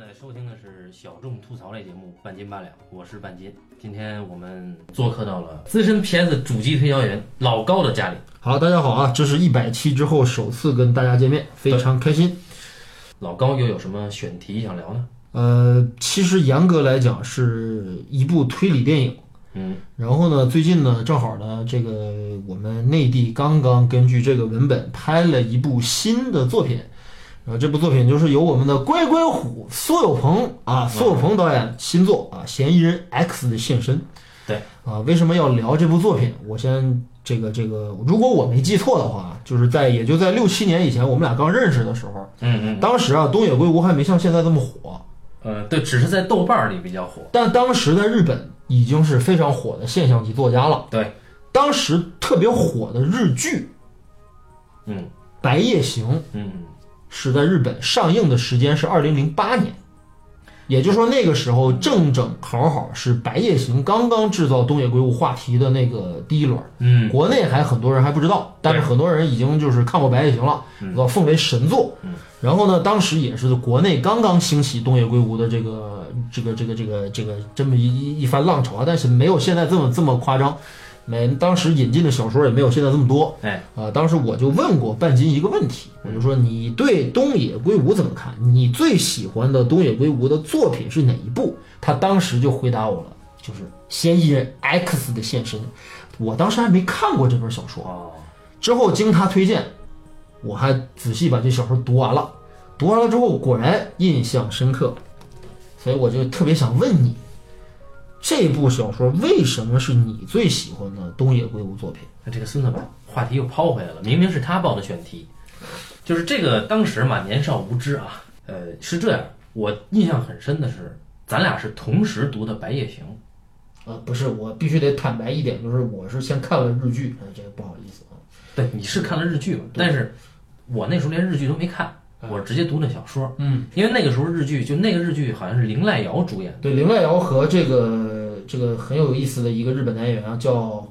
在收听的是小众吐槽类节目《半斤八两》，我是半斤。今天我们做客到了资深 PS 主机推销员老高的家里。好，大家好啊！这是一百期之后首次跟大家见面，非常开心。老高又有什么选题想聊呢？呃，其实严格来讲是一部推理电影。嗯，然后呢，最近呢，正好呢，这个我们内地刚刚根据这个文本拍了一部新的作品，然后这部作品就是由我们的乖乖虎苏有朋啊，苏有朋导演新作啊《嫌疑人 X 的现身》。对啊，为什么要聊这部作品？我先这个这个，如果我没记错的话，就是在也就在六七年以前，我们俩刚认识的时候，嗯嗯，当时啊，东野圭吾还没像现在这么火，呃，对，只是在豆瓣里比较火。但当时在日本已经是非常火的现象级作家了。对，当时特别火的日剧嗯《白夜行》嗯，是在日本上映的时间是二零零八年，也就是说那个时候正正好好是《白夜行》刚刚制造东野圭吾话题的那个第一轮。嗯，国内还很多人还不知道，但是很多人已经就是看过《白夜行》了，老奉为神作。然后呢，当时也是国内刚刚兴起东野圭吾的这个这个这个这个这个这么一一一番浪潮啊，但是没有现在这么这么夸张，没当时引进的小说也没有现在这么多。哎，啊、当时我就问过半斤一个问题，我就说你对东野圭吾怎么看？你最喜欢的东野圭吾的作品是哪一部？他当时就回答我了，就是《嫌疑人 X 的现身》。我当时还没看过这本小说，哦，之后经他推荐，我还仔细把这小说读完了。读完了之后，果然印象深刻，所以我就特别想问你，这部小说为什么是你最喜欢的东野圭吾作品？那这个孙子把话题又抛回来了，明明是他报的选题，就是这个当时嘛，年少无知啊，呃，是这样，我印象很深的是，咱俩是同时读的《白夜行》。呃，不是，我必须得坦白一点，就是我是先看了日剧，呃，这个不好意思啊。对，你是看了日剧嘛？但是我那时候连日剧都没看，我直接读的小说。嗯，因为那个时候日剧就那个日剧好像是林濑遥主演，对，林濑遥和这个这个很有意思的一个日本男演员啊，叫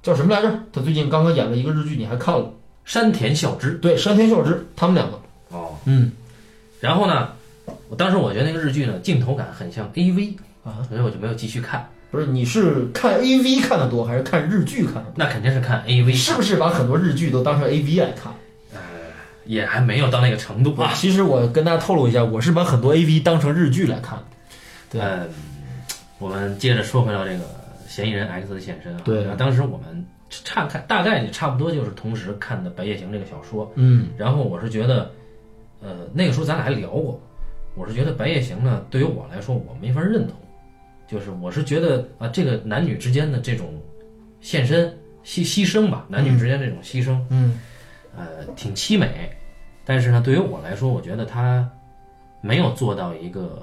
叫什么来着？他最近刚刚演了一个日剧，你还看了？山田孝之。对，山田孝之，他们两个。哦，嗯，然后呢，我当时我觉得那个日剧呢镜头感很像 AV 啊，所以我就没有继续看。不是，你是看 AV 看的多，还是看日剧看的那肯定是看多？你 AV，是不是把很多日剧都当成 AV 来看？也还没有到那个程度啊。其实我跟大家透露一下，我是把很多 AV 当成日剧来看的。 对嗯，我们接着说回到这个嫌疑人 X 的现身啊。对然后当时我们差看大概也差不多就是同时看的《白夜行》这个小说。嗯，然后我是觉得，呃，那个时候咱俩还聊过，我是觉得《白夜行》呢，对于我来说我没法认同，就是我是觉得啊，这个男女之间的这种献身牺牺牲吧，男女之间这种牺牲，嗯，呃，挺凄美，但是呢，对于我来说，我觉得他没有做到一个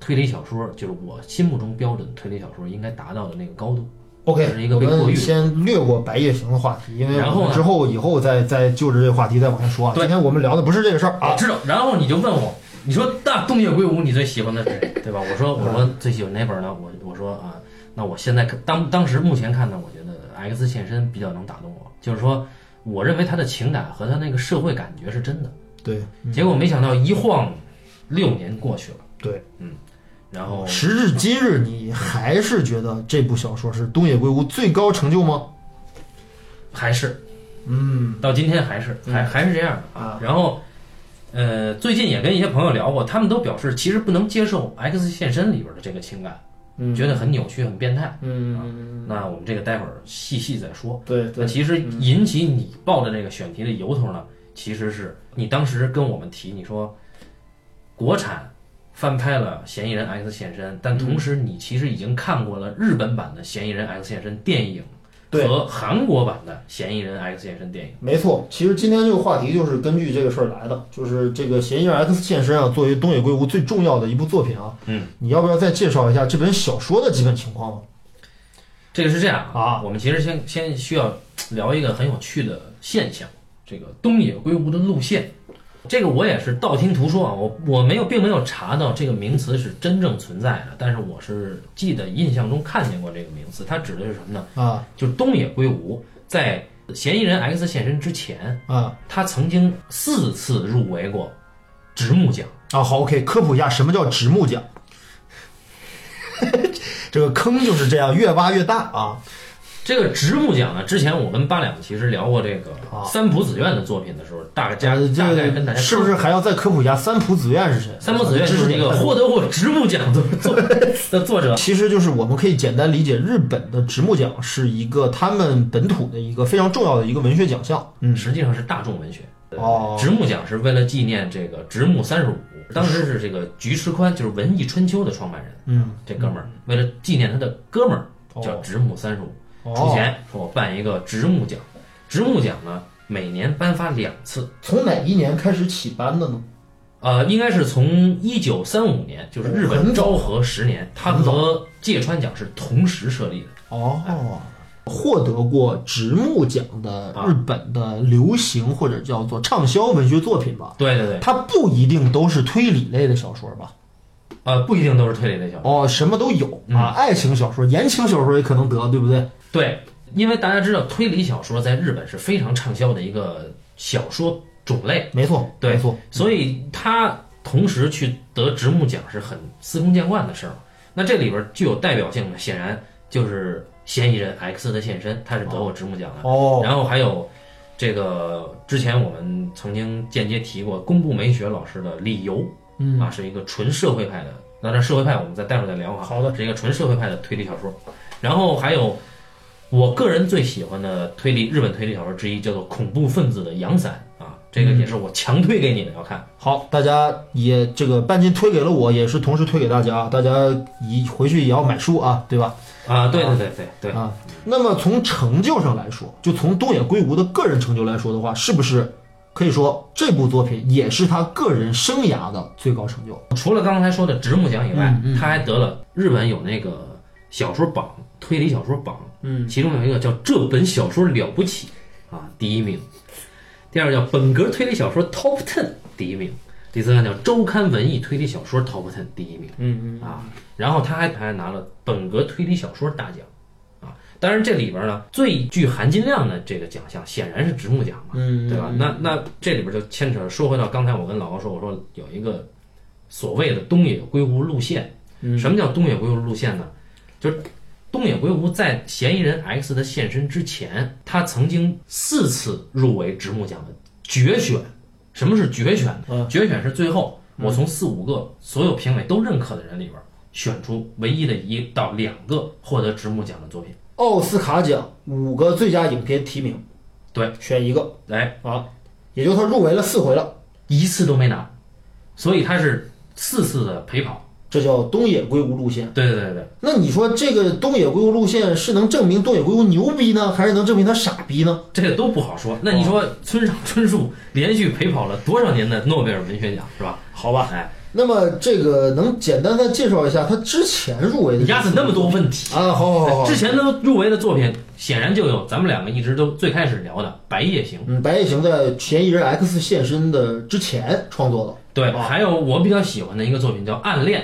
推理小说，就是我心目中标准推理小说应该达到的那个高度。 OK，是一个我被过们誉的先略过白夜行的话题，因为然后我们呢之后以后再再就着这个话题再往下说啊。对今天我们聊的不是这个事儿我啊，知道。然后你就问我，你说那东野圭吾你最喜欢的是谁，对吧？我嗯说我说最喜欢哪本呢？我我说啊，那我现在看当当时目前看呢，我觉得 X 现身比较能打动我，就是说我认为他的情感和他那个社会感觉是真的。对结果没想到一晃六年过去了，嗯对，然后时至今日，你还是觉得这部小说是东野圭吾最高成就吗？还是嗯到今天还是还还是这样的。啊，然后，呃，最近也跟一些朋友聊过，他们都表示其实不能接受 X 现身里边的这个情感，嗯觉得很扭曲、很变态。嗯，那我们这个待会儿细细再说。对嗯那对，其实引起你报的这个选题的由头呢，其实是你当时跟我们提，你说国产翻拍了《嫌疑人 X 现身》，嗯但同时你其实已经看过了日本版的《嫌疑人 X 现身》电影对和韩国版的《嫌疑人 X 现身》电影。没错。其实今天这个话题就是根据这个事儿来的，就是这个《嫌疑人 X 现身》啊，作为东野圭吾最重要的一部作品啊，嗯，你要不要再介绍一下这本小说的基本情况吗？这个是这样啊我们其实先先需要聊一个很有趣的现象，这个东野圭吾的路线。这个我也是道听途说啊，我我没有并没有查到这个名词是真正存在的，但是我是记得印象中看见过这个名词，它指的是什么呢？啊就是东野圭吾在嫌疑人 X 现身之前，啊他曾经四次入围过直木奖，啊，好，OK，科普一下什么叫直木奖。 这个坑就是这样，越挖越大啊！这个直木奖呢，之前我跟八两其实聊过这个啊三浦子苑的作品的时候，大家大概跟大家呃是不是还要再科普一下三浦子苑是谁？三浦子苑知就识是一点个太多获得过直木奖的作 的作者，其实就是我们可以简单理解，日本的直木奖是一个他们本土的一个非常重要的一个文学奖项。嗯，实际上是大众文学。哦直木奖是为了纪念这个直木三十五，当时是这个菊池宽，就是《文艺春秋》的创办人，嗯，这哥们儿为了纪念他的哥们儿叫哦直木三十五，出哦，钱说我办一个直木奖。直木奖呢，每年颁发两次，从哪一年开始起颁的呢？呃，应该是从一九三五年，就是日本很早昭和十年，它很早和芥川奖是同时设立的。哦，获得过直木奖的啊日本的流行或者叫做畅销文学作品吧，对对对，它不一定都是推理类的小说吧？呃，不一定都是推理类小说。哦，什么都有啊，爱情小说、言情小说也可能得，对不对？对，因为大家知道推理小说在日本是非常畅销的一个小说种类，没错，对没错。所以它同时去得直木奖是很司空见惯的事儿。那这里边具有代表性的，显然就是嫌疑人 X 的现身，他是得过直木奖的。哦，然后还有这个之前我们曾经间接提过宫部美雪老师的《理由》，嗯啊，是一个纯社会派的。那这社会派我们再待会儿再聊哈。好的，是一个纯社会派的推理小说。然后还有我个人最喜欢的推理日本推理小说之一，叫做《恐怖分子的阳伞》啊，这个也是我强推给你们要看。好，大家也这个半斤推给了我，也是同时推给大家，啊大家一回去也要买书啊，对吧？啊，对对对对对，啊，那么从成就上来说，就从东野圭吾的个人成就来说的话，是不是可以说这部作品也是他个人生涯的最高成就？除了刚才说的直木奖以外，他还得了日本有那个小说榜推理小说榜，嗯，其中有一个叫《这本小说了不起》啊，第一名；第二个叫本格推理小说 Top Ten 第一名；第三个叫周刊文艺推理小说 Top Ten 第一名。嗯啊，然后他还他还拿了本格推理小说大奖，啊，当然这里边呢最具含金量的这个奖项显然是直木奖嘛，嗯对吧？那那这里边就牵扯说回到刚才我跟老高说，我说有一个所谓的东野圭吾路线，嗯什么叫东野圭吾路线呢？就是东野圭吾在嫌疑人 X 的现身之前，他曾经四次入围直木奖的决选。什么是决选？嗯决选是最后我从四五个所有评委都认可的人里边选出唯一的一到两个获得直木奖的作品。奥斯卡奖五个最佳影片提名，对，选一个来，啊，也就他入围了四回了，一次都没拿，所以他是四次的陪跑。这叫东野圭吾路线。对对对对，那你说这个东野圭吾路线是能证明东野圭吾牛逼呢，还是能证明他傻逼呢？这个都不好说。哦那你说村上春树连续陪跑了多少年的诺贝尔文学奖是吧？好吧，哎，那么这个能简单的介绍一下他之前入围的你压死那么多问题。啊？好好好好，之前都入围的作品，显然就有咱们两个一直都最开始聊的《白夜行》，嗯，白夜行在嫌疑人 X 现身的之前创作的《对，哦还有我比较喜欢的一个作品叫《暗恋》，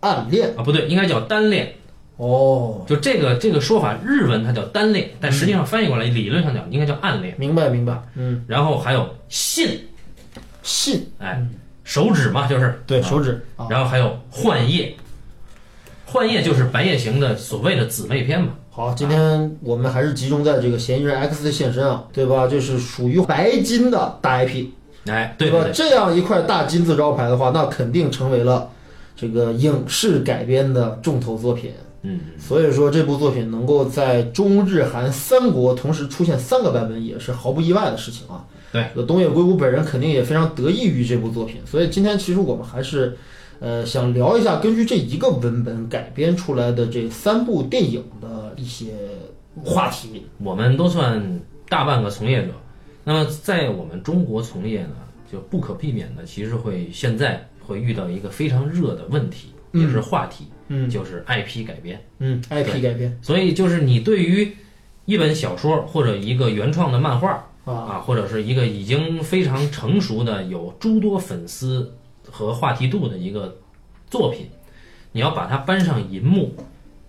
暗恋》啊，不对，应该叫单恋。哦，就这个这个说法，日文它叫单恋，但实际上翻译过来，理论上讲应该叫暗恋。明白明白，嗯，然后还有信，信哎，手指嘛，就是对啊手指啊，然后还有幻夜，幻夜就是《白夜行》的所谓的姊妹篇嘛。好，今天我们还是集中在这个嫌疑人 X 的现身啊，对吧？就是属于白金的大 IP，哎，对对吧？对对，这样一块大金字招牌的话，那肯定成为了这个影视改编的重头作品。嗯，所以说，这部作品能够在中日韩三国同时出现三个版本，也是毫不意外的事情啊。对，呃东野圭吾本人肯定也非常得益于这部作品。所以今天其实我们还是，呃，想聊一下根据这一个文本改编出来的这三部电影的一些话题。我们都算大半个从业者。那么在我们中国从业呢，就不可避免的，其实会现在会遇到一个非常热的问题，也是话题，嗯就是 IP 改编。嗯，IP 改编所以就是你对于一本小说或者一个原创的漫画啊，啊，或者是一个已经非常成熟的、有诸多粉丝和话题度的一个作品，你要把它搬上银幕，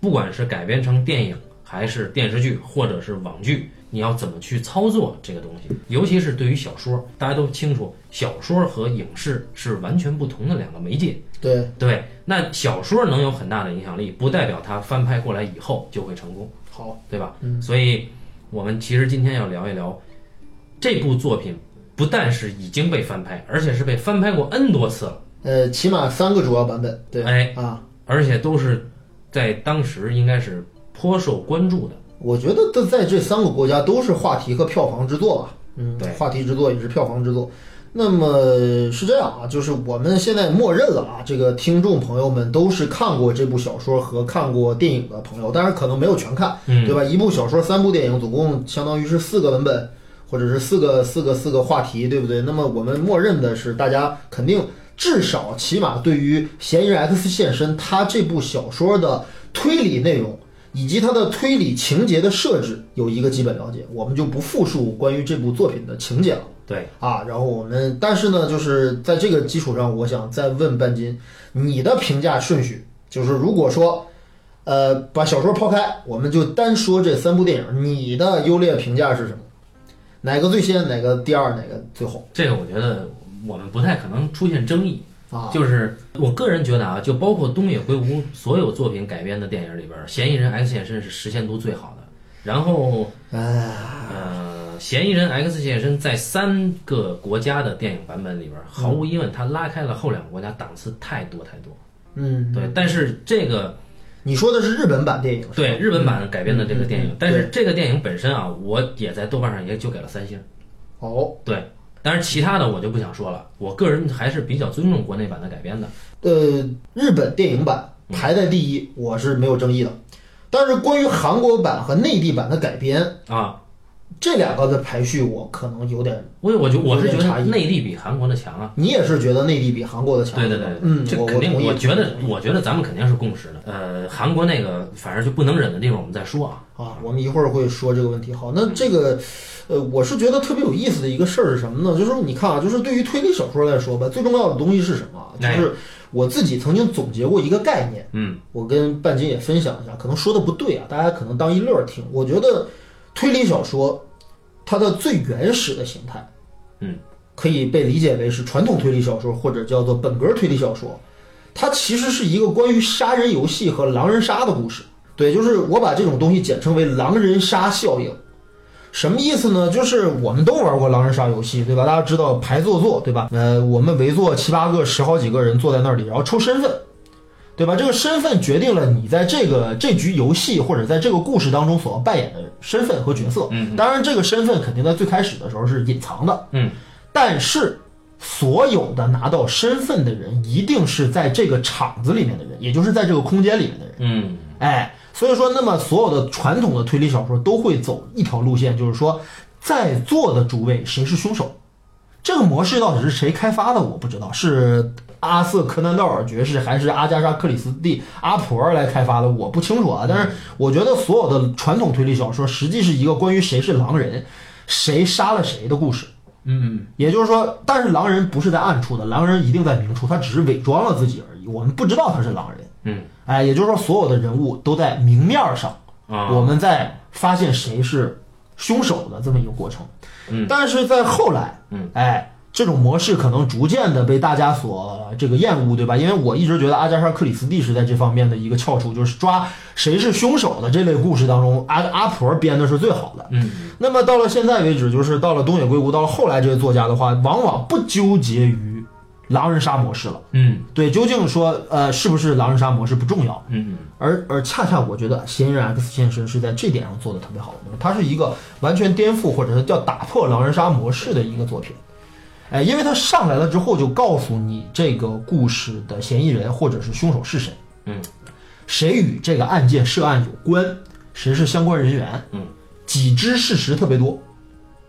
不管是改编成电影还是电视剧，或者是网剧，你要怎么去操作这个东西，尤其是对于小说，大家都清楚，小说和影视是完全不同的两个媒介。对，对，那小说能有很大的影响力，不代表它翻拍过来以后就会成功，好，对吧？所以我们其实今天要聊一聊这部作品，不但是已经被翻拍，而且是被翻拍过 N 多次了，呃，起码三个主要版本，对，哎啊，而且都是在当时应该是颇受关注的。我觉得在这三个国家都是话题和票房之作吧，嗯对，话题之作也是票房之作。那么是这样啊，就是我们现在默认了啊，这个听众朋友们都是看过这部小说和看过电影的朋友，当然可能没有全看，嗯对吧？一部小说三部电影，总共相当于是四个文本，或者是四个四个四个话题，对不对？那么我们默认的是大家肯定至少起码对于《嫌疑人 X 现身》他这部小说的推理内容。以及它的推理情节的设置有一个基本了解，我们就不复述关于这部作品的情节了。对，啊，然后我们，但是呢，就是在这个基础上，我想再问半斤，你的评价顺序，就是如果说，呃，把小说抛开，我们就单说这三部电影，你的优劣评价是什么？哪个最先？哪个第二？哪个最后？这个我觉得我们不太可能出现争议。啊，就是我个人觉得啊，就包括东野圭吾所有作品改编的电影里边，《嫌疑人 X 现身》是实现度最好的。然后，哎，呃，《嫌疑人 X 现身》在三个国家的电影版本里边，毫无疑问，它拉开了后两个国家档次太多太多。嗯，对，但是这个你说的是日本版电影，是吧对日本版改编的这个电嗯嗯影嗯，但是这个电影本身啊，我也在豆瓣上也就给了三星。哦，对，当然其他的我就不想说了，我个人还是比较尊重国内版的改编的。呃，日本电影版排在第一，我是没有争议的。但是关于韩国版和内地版的改编，啊，这两个的排序我可能有点，我我就我是觉有点差得异内地比韩国的强啊。你也是觉得内地比韩国的强？对对对，嗯，这我肯定，我同意我觉得，我觉得咱们肯定是共识的。呃，韩国那个反正就不能忍的地方，我们再说啊。啊，我们一会儿会说这个问题。好，那这个，呃，我是觉得特别有意思的一个事儿是什么呢？就是你看啊，就是对于推理小说来说吧，最重要的东西是什么啊？就哎是我自己曾经总结过一个概念，嗯，我跟半斤也分享一下，可能说的不对啊，大家可能当一乐儿听。我觉得推理小说它的最原始的形态，嗯，可以被理解为是传统推理小说或者叫做本格推理小说，它其实是一个关于杀人游戏和狼人杀的故事。对，就是我把这种东西简称为狼人杀效应。什么意思呢？就是我们都玩过狼人杀游戏，对吧？大家知道排坐坐，对吧？呃，我们围坐七八个、十好几个人坐在那里，然后抽身份，对吧？这个身份决定了你在这个这局游戏或者在这个故事当中所要扮演的身份和角色。嗯当然，这个身份肯定在最开始的时候是隐藏的。嗯，但是所有的拿到身份的人，一定是在这个场子里面的人，也就是在这个空间里面的人。嗯，哎，所以说，那么所有的传统的推理小说都会走一条路线，就是说，在座的诸位谁是凶手？这个模式到底是谁开发的？我不知道，是阿瑟·柯南道尔爵士还是阿加莎·克里斯蒂阿婆儿来开发的，我不清楚啊。但是我觉得所有的传统推理小说实际是一个关于谁是狼人，谁杀了谁的故事。嗯，也就是说，但是狼人不是在暗处的，狼人一定在明处，他只是伪装了自己而已，我们不知道他是狼人。嗯，哎，也就是说，所有的人物都在明面儿上，啊，我们在发现谁是凶手的这么一个过程。嗯但是在后来，嗯，哎，这种模式可能逐渐的被大家所这个厌恶，对吧？因为我一直觉得阿加莎·克里斯蒂是在这方面的一个翘楚，就是抓谁是凶手的这类故事当中，阿阿婆编的是最好的。嗯，那么到了现在为止，就是到了东野圭吾，到了后来这些作家的话，往往不纠结于狼人杀模式了。嗯，对，究竟说呃是不是狼人杀模式不重要，嗯，而而恰恰我觉得《嫌疑人 X 现身》是在这点上做的特别好的，它是一个完全颠覆或者是叫打破狼人杀模式的一个作品。哎，因为它上来了之后就告诉你这个故事的嫌疑人或者是凶手是谁，嗯，谁与这个案件涉案有关，谁是相关人员，嗯，几知事实特别多，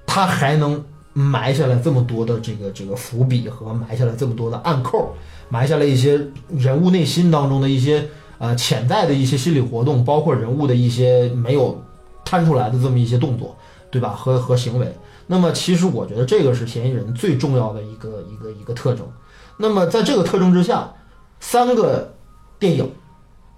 他还能埋下来这么多的这个这个伏笔和埋下来这么多的暗扣，埋下了一些人物内心当中的一些呃潜在的一些心理活动，包括人物的一些没有摊出来的这么一些动作，对吧？和和行为。那么其实我觉得这个是嫌疑人最重要的一个一个一个特征。那么在这个特征之下，三个电影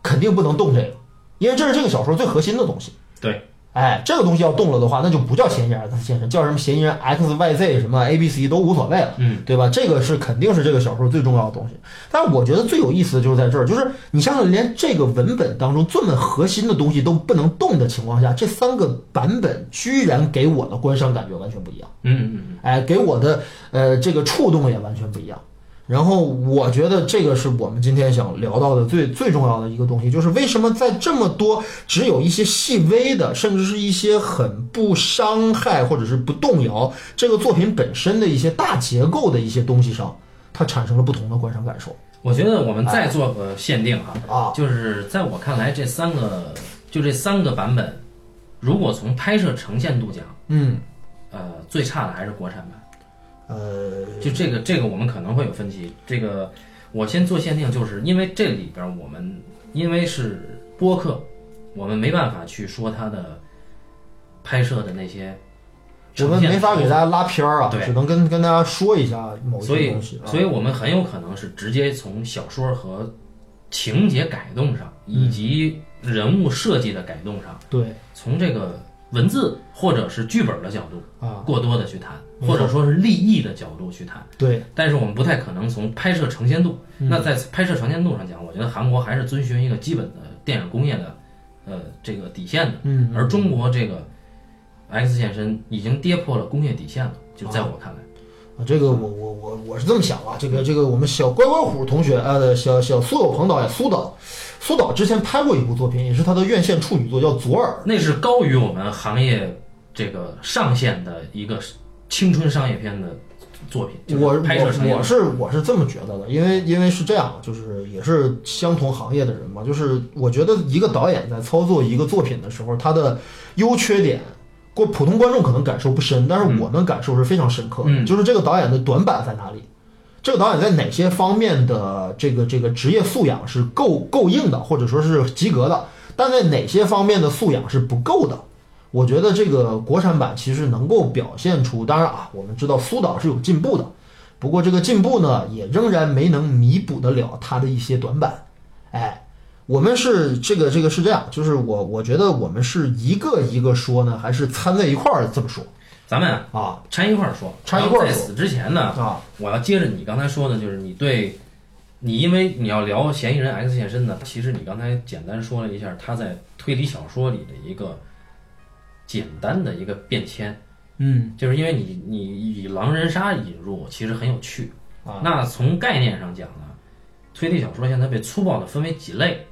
肯定不能动这个，因为这是这个小说最核心的东西。对，哎，这个东西要动了的话，那就不叫嫌疑人 X 现身，叫什么嫌疑人 X、Y、Z 什么 A、B、C 都无所谓了，嗯，对吧？这个是肯定是这个小说最重要的东西。但是我觉得最有意思的就是在这儿，就是你想想，连这个文本当中这么核心的东西都不能动的情况下，这三个版本居然给我的观赏感觉完全不一样。嗯嗯哎，给我的呃这个触动也完全不一样。然后我觉得这个是我们今天想聊到的最最重要的一个东西，就是为什么在这么多只有一些细微的，甚至是一些很不伤害或者是不动摇这个作品本身的一些大结构的一些东西上，它产生了不同的观赏感受嗯，我觉得我们再做个限定哈，啊。就是在我看来，这三个就这三个版本，如果从拍摄呈现度讲，嗯，呃，最差的还是国产版。呃，就这个这个我们可能会有分歧。这个我先做限定，就是因为这里边我们因为是播客，我们没办法去说它的拍摄的那些我呈们现的没法给大家拉片儿啊，对只能跟跟大家说一下某所些以东西啊。所以我们很有可能是直接从小说和情节改动上，嗯以及人物设计的改动上，对从这个文字或者是剧本的角度啊，过多的去谈，没错或者说是立意的角度去谈。对，但是我们不太可能从拍摄呈现度。嗯那在拍摄呈现度上讲，我觉得韩国还是遵循一个基本的电影工业的呃这个底线的，嗯，而中国这个 X 现身已经跌破了工业底线了，就在我看来，啊，这这个个嗯我我我我是这么想啊，这个这个我们小乖乖虎同学，呃，小小苏有朋导演苏导，苏导之前拍过一部作品，也是他的院线处女作，叫《左耳那是高于我们行业这个上限的一个青春商业片的作品。》。就是我拍摄呈我现我度是我是这么觉得的，因为因为是这样，就是也是相同行业的人嘛，就是我觉得一个导演在操作一个作品的时候，他的优缺点。过普通观众可能感受不深，但是我们感受是非常深刻的，嗯就是这个导演的短板在哪里，这个导演在哪些方面的这个这个职业素养是够够硬的，或者说是及格的，但在哪些方面的素养是不够的？我觉得这个国产版其实能够表现出，当然啊，我们知道苏导是有进步的，不过这个进步呢，也仍然没能弥补得了他的一些短板。哎，我们是这个这个是这样，就是我我觉得我们是一个一个说呢，还是掺在一块儿这么说咱们啊啊掺一块儿说，掺一块儿说然后在死之前呢，啊？我要接着你刚才说的，就是你对，你因为你要聊嫌疑人 X 现身呢，其实你刚才简单说了一下他在推理小说里的一个简单的一个变迁，嗯就是因为你你以狼人杀引入，其实很有趣。啊那从概念上讲呢，推理小说现在被粗暴的分为几类，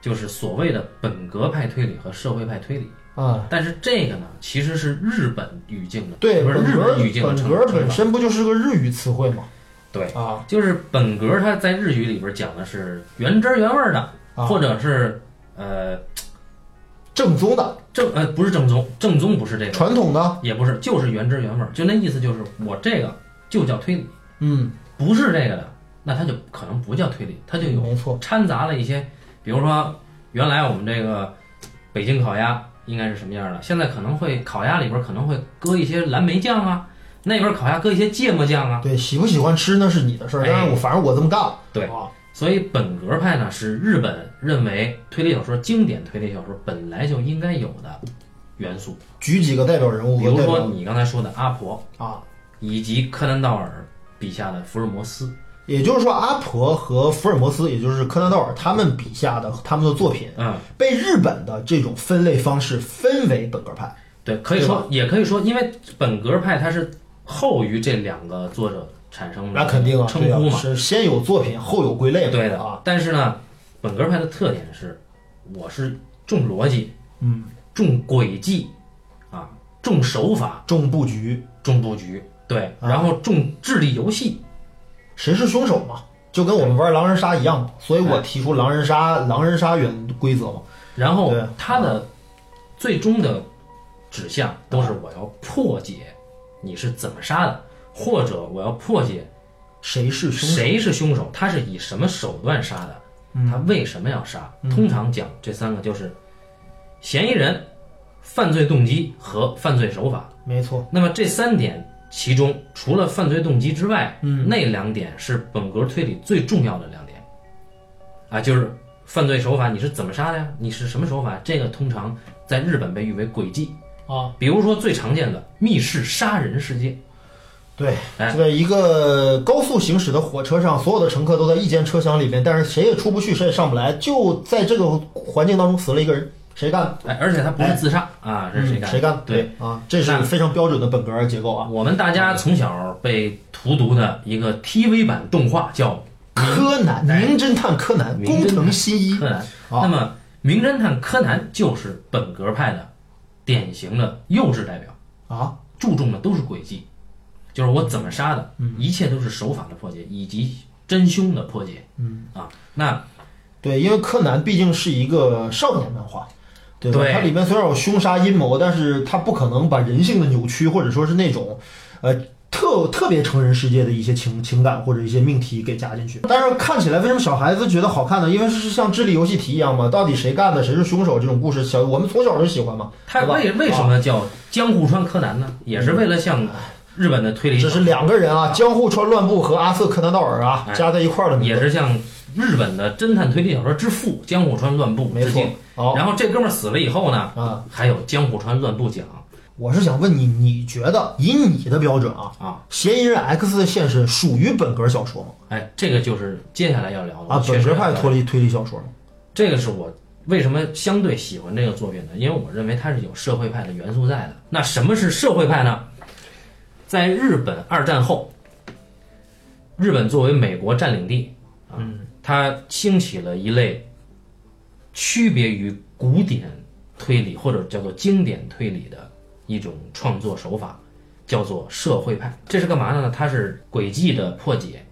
就是所谓的本格派推理和社会派推理。啊。但是这个呢，其实是日本语境的，对，不是本日格本语境的本成格成本长身不就是个日语词汇吗？对啊就是本格，它在日语里边讲的是原汁儿原味儿的，啊，或者是呃正宗的、正呃不是正宗，正宗不是这个，传统的，也不是，就是原汁原味儿。就那意思就是我这个就叫推理，嗯，不是这个的，那它就可能不叫推理，它就有没错，掺杂了一些，比如说原来我们这个北京烤鸭应该是什么样的，现在可能会烤鸭里边可能会搁一些蓝莓酱啊，那边烤鸭搁一些芥末酱啊，对，喜不喜欢吃那是你的事儿，哎但是我反正我这么干了，对啊，所以本格派呢是日本认为推理小说经典推理小说本来就应该有的元素，举几个代表人物比和如代说表你刚才说的阿婆，啊，以及柯南道尔笔下的福尔摩斯。也就是说阿婆和福尔摩斯，也就是柯南道尔他们笔下的他们的作品，嗯，被日本的这种分类方式分为本格派，对，可以对吧说，也可以说，因为本格派它是后于这两个作者产生的那肯定啊，称对啊呼嘛，是先有作品后有归类嘛，对的啊，。但是呢，本格派的特点是，我是重逻辑、嗯，重轨迹，啊，重手法、重布局，重布局，对，啊然后重智力游戏，谁是凶手嘛，就跟我们玩狼人杀一样嘛，所以我哎提出狼人杀狼人杀原规则嘛。然后对啊它的最终的指向都是我要破解你是怎么杀的，或者我要破解谁是凶手？嗯谁是凶手，他是以什么手段杀的，他为什么要杀？通常讲这三个就是嫌疑人、犯罪动机和犯罪手法。没错，那么这三点其中，除了犯罪动机之外，嗯那两点是本格推理最重要的两点，啊，就是犯罪手法你是怎么杀的呀？你是什么手法？这个通常在日本被誉为诡计。啊，比如说最常见的密室杀人事件，对，哎在一个高速行驶的火车上，所有的乘客都在一间车厢里面，但是谁也出不去，谁也上不来，就在这个环境当中死了一个人，谁干的？哎，而且它不是自杀啊，这是谁嗯干？谁的？干？对啊，这是那非常标准的本格结构啊。我们大家从小被荼毒的一个 TV 版动画叫柯南，哎名侦探柯南，名侦工探藤新一《柯南》，啊那么《名侦探柯南》就是本格派的典型的幼稚代表，啊，注重的都是轨迹，就是我怎么杀的，嗯一切都是手法的破解以及真凶的破解。嗯啊，那对，因为柯南毕竟是一个少年漫画，对吧？对它里面虽然有凶杀阴谋，但是它不可能把人性的扭曲，或者说是那种，呃，特特别成人世界的一些情情感或者一些命题给加进去。但是看起来为什么小孩子觉得好看呢？因为是像智力游戏题一样嘛，到底谁干的，谁是凶手这种故事，小我们从小就喜欢嘛。他对吧啊为为什么叫江户川柯南呢？也是为了向日本的推理只嗯是小，两个人啊，江户川乱步和阿瑟柯南道尔啊哎加在一块儿的名字，也是向日本的侦探推理小说之父江户川乱步没致错哦敬。。好然后这哥们儿死了以后呢，啊，还有江户川乱步奖我是想问你，你觉得以你的标准啊，啊，嫌疑人 X 的现身属于本格小说吗？哎，这个就是接下来要聊的啊，本格派推。脱离推理小说吗？这个是我为什么相对喜欢这个作品呢？因为我认为它是有社会派的元素在的。那什么是社会派呢？在日本二战后，日本作为美国占领地，啊，它兴起了一类区别于古典推理或者叫做经典推理的一种创作手法，叫做社会派。这是干嘛的呢？它是轨迹的破解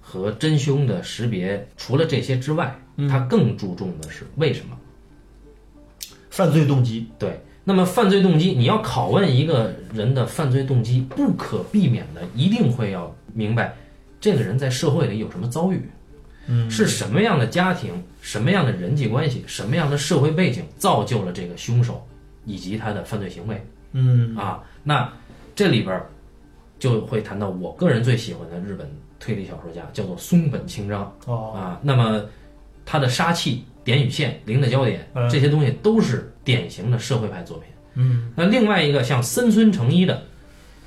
和真凶的识别。除了这些之外，它更注重的是为什么？犯罪动机，对，那么犯罪动机，你要拷问一个人的犯罪动机，不可避免的一定会要明白，这个人在社会里有什么遭遇，嗯，是什么样的家庭，什么样的人际关系，什么样的社会背景造就了这个凶手以及他的犯罪行为。嗯，啊，那这里边儿就会谈到我个人最喜欢的日本推理小说家，叫做松本清张哦，啊。那么他的杀气、点与线、零的焦点嗯这些东西都是典型的社会派作品。嗯，那另外一个像森村诚一的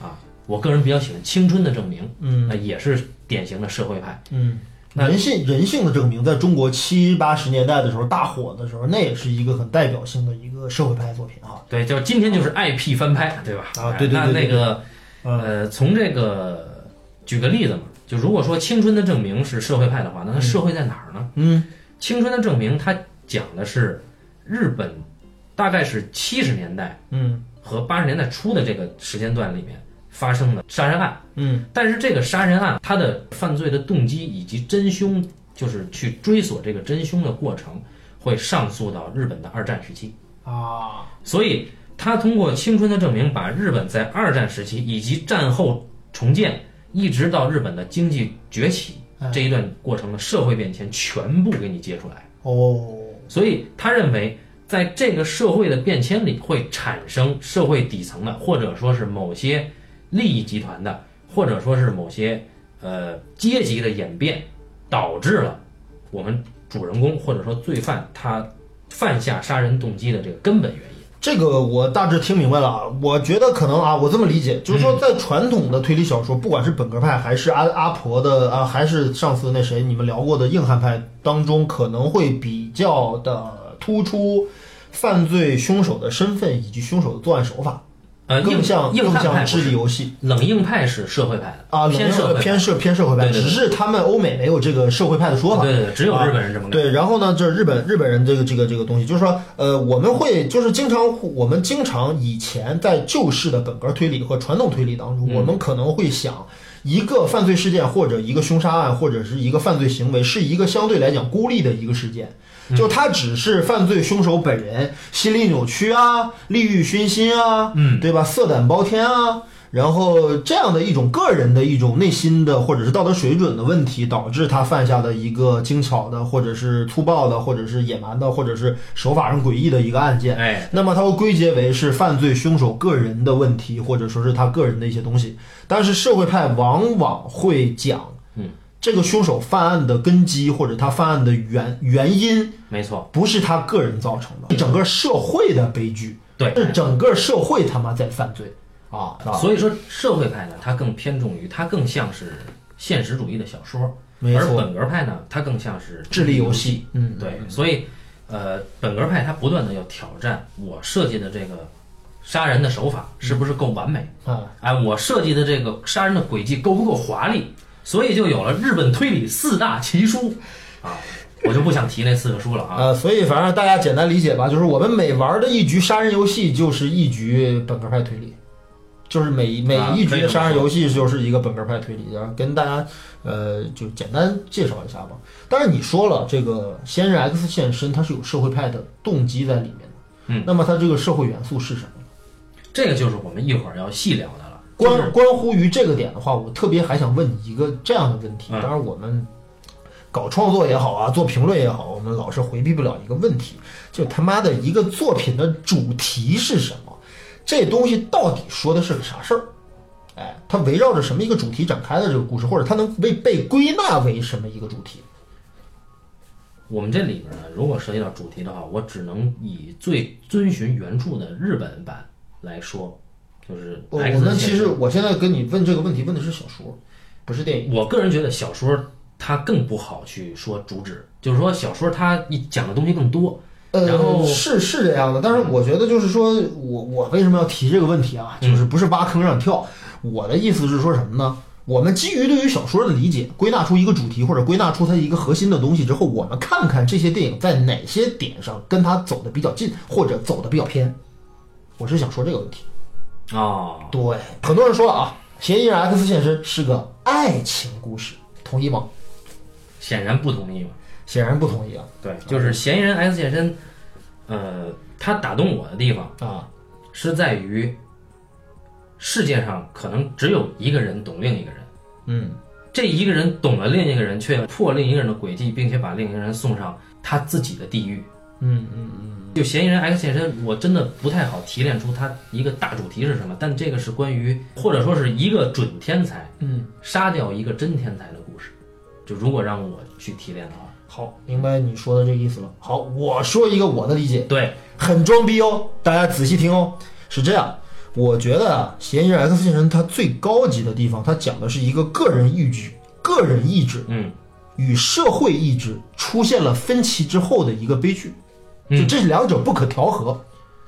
啊，我个人比较喜欢《青春的证明》，嗯，那也是典型的社会派。那嗯人性人性的这个名字，在中国七八十年代的时候大火的时候，那也是一个很代表性的一个社会派作品啊。对，就今天就是 IP 翻拍，对吧？啊哎对对那对对那个嗯呃，从这个举个例子嘛，就如果说《青春的证明》是社会派的话，那它社会在哪儿呢？嗯，青春的证明》它讲的是日本，大概是七十年代嗯和八十年代初的这个时间段里面发生的杀人案。嗯但是这个杀人案，它的犯罪的动机以及真凶，就是去追索这个真凶的过程，会上溯到日本的二战时期。啊，所以他通过《青春的证明》，把日本在二战时期以及战后重建，一直到日本的经济崛起这一段过程的社会变迁，全部给你揭出来。哦，所以他认为，在这个社会的变迁里，会产生社会底层的，或者说是某些利益集团的，或者说是某些呃阶级的演变，导致了我们主人公或者说罪犯他犯下杀人动机的这个根本原因。这个我大致听明白了啊，我觉得可能啊，我这么理解，就是嗯说在传统的推理小说，不管是本格派还是阿阿婆的啊，还是上次那谁你们聊过的硬汉派当中，可能会比较的突出犯罪凶手的身份以及凶手的作案手法，呃，更硬像硬更汉派像不智力是游戏。冷硬派是社会派的啊，冷偏社硬会派偏社偏社会派，对对对只是他们欧美没有这个社会派的说法。啊对对对，只有日本人这么干。对，然后呢，这是日本日本人这个这个这个东西，就是说，呃，我们会就是经常我们经常以前在旧式的本格推理和传统推理当中，嗯我们可能会想。一个犯罪事件或者一个凶杀案或者是一个犯罪行为，是一个相对来讲孤立的一个事件，嗯就它只是犯罪凶手本人心理扭曲啊、利欲熏心啊，嗯，对吧？色胆包天啊，然后这样的一种个人的一种内心的或者是道德水准的问题，导致他犯下的一个精巧的或者是粗暴的或者是野蛮的或者是手法上诡异的一个案件。哎，那么它会归结为是犯罪凶手个人的问题，或者说是他个人的一些东西。但是社会派往往会讲，嗯，这个凶手犯案的根基或者他犯案的原原因，没错，不是他个人造成的，是整个社会的悲剧，对。是整个社会他妈在犯罪啊！啊所以说，社会派呢，它更偏重于，它更像是现实主义的小说；没而错本格派呢，它更像是智力游。戏，嗯，对，所以，呃，本格派它不断的要挑战我设计的这个杀人的手法是不是够完美，啊，哎，我设计的这个杀人的轨迹够不够华丽，所以就有了日本推理四大奇书啊，我就不想提那四个书了啊。呃，所以反正大家简单理解吧，就是我们每玩的一局杀人游戏就是一局本格派推理，就是每每啊一可以局的这么杀人说游戏就是一个本格派推理，然后跟大家呃就简单介绍一下吧。但是你说了，这个《先人 X 现身》它是有社会派的动机在里面的，嗯那么它这个社会元素是什么？这个就是我们一会儿要细聊的了。就是关关乎于这个点的话，我特别还想问你一个这样的问题。嗯当然，我们搞创作也好啊，做评论也好，我们老是回避不了一个问题，就他妈的一个作品的主题是什么？这东西到底说的是个啥事儿？哎，它围绕着什么一个主题展开的这个故事，或者它能被被归纳为什么一个主题？我们这里边呢，如果涉及到主题的话，我只能以最遵循原著的日本版来说，就是我 X 我们其先实生我现在跟你问这个问题，问的是小说，不是电影。我个人觉得小说它更不好去说主旨，就是说小说它一讲的东西更多，呃，然后是是这样的，但是我觉得就是说我我为什么要提这个问题啊？嗯就是不是挖坑让你跳，我的意思是说什么呢？我们基于对于小说的理解，归纳出一个主题或者归纳出它一个核心的东西之后，我们看看这些电影在哪些点上跟它走的比较近，或者走的比较偏。我是想说这个问题。哦，对，很多人说了啊，《嫌疑人 X 现身》是个爱情故事，同意吗？显然不同意嘛。显然不同意啊对，就是嫌疑人 X 现身，呃，他打动我的地方啊！是在于，世界上可能只有一个人懂另一个人，嗯，这一个人懂了另一个人，却破另一个人的诡计，并且把另一个人送上他自己的地狱。嗯嗯嗯。就嫌疑人 X 现身，我真的不太好提炼出他一个大主题是什么，但这个是关于或者说是一个准天才，嗯，杀掉一个真天才的故事。就如果让我去提炼的话，好，明白你说的这个意思了。好，我说一个我的理解，对，很装逼哦，大家仔细听哦。是这样，我觉得啊，《嫌疑人 X 现身》它最高级的地方，它讲的是一个个人意志、个人意志嗯，与社会意志出现了分歧之后的一个悲剧，就嗯这两者不可调和，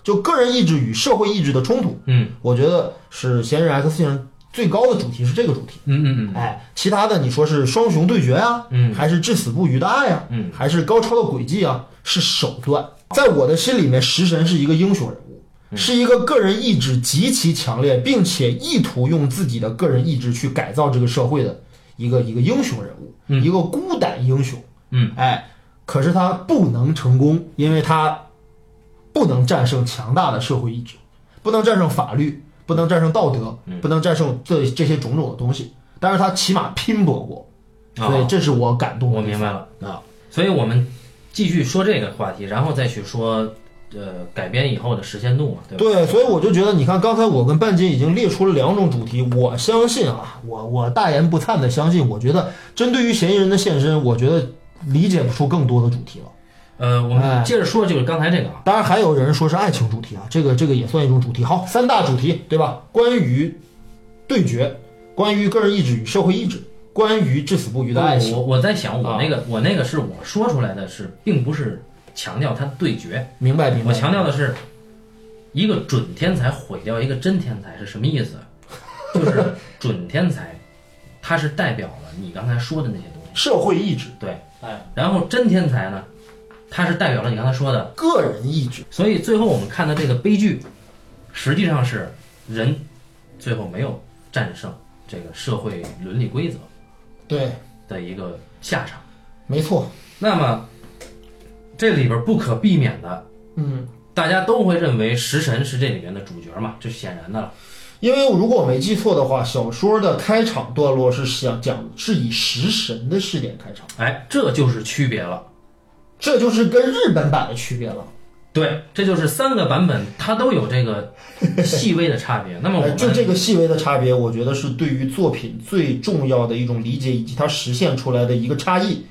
就个人意志与社会意志的冲突。嗯我觉得是《嫌疑人 X 现身》最高的主题是这个主题。嗯嗯嗯，哎，其他的你说是双雄对决啊，嗯还是至死不渝的爱啊，嗯还是高超的诡计啊，是手段。在我的心里面，食神是一个英雄人物，嗯是一个个人意志极其强烈，并且意图用自己的个人意志去改造这个社会的一个一个英雄人物，嗯一个孤胆英雄。嗯，哎，可是他不能成功，因为他不能战胜强大的社会意志，不能战胜法律，不能战胜道德，嗯不能战胜这这些种种的东西。但是他起码拼搏过，啊嗯所以这是我感动的我地明方。白了。啊，所以我们继续说这个话题，然后再去说，呃，改编以后的实现度嘛，对吧？对，所以我就觉得，你看刚才我跟半斤已经列出了两种主题，我相信啊，我我大言不惭的相信，我觉得针对于嫌疑人的现身，我觉得理解不出更多的主题了。呃，我哎们接着说，就是刚才这个啊，当然，还有人说是爱情主题啊，这个这个也算一种主题。好，三大主题对吧？关于对决，关于个人意志与社会意志，关于至死不渝的爱情。我我在想，我啊那个、我那个是我说出来的是，并不是强调他对决，明白明白。我强调的是，一个准天才毁掉一个真天才是什么意思？就是准天才，他是代表了你刚才说的那些东西，社会意志，对，哎，然后真天才呢，他是代表了你刚才说的个人意志。所以最后我们看到这个悲剧，实际上是人最后没有战胜这个社会伦理规则对，的一个下场。没错。那么这里边不可避免的，嗯，大家都会认为食神是这里面的主角嘛，这是显然的了。因为如果我没记错的话，小说的开场段落是想讲是以食神的视点开场，哎，这就是区别了。这就是跟日本版的区别了。对，这就是三个版本，它都有这个细微的差别。那么我呃，们就这个细微的差别，我觉得是对于作品最重要的一种理解，以及它实现出来的一个差异。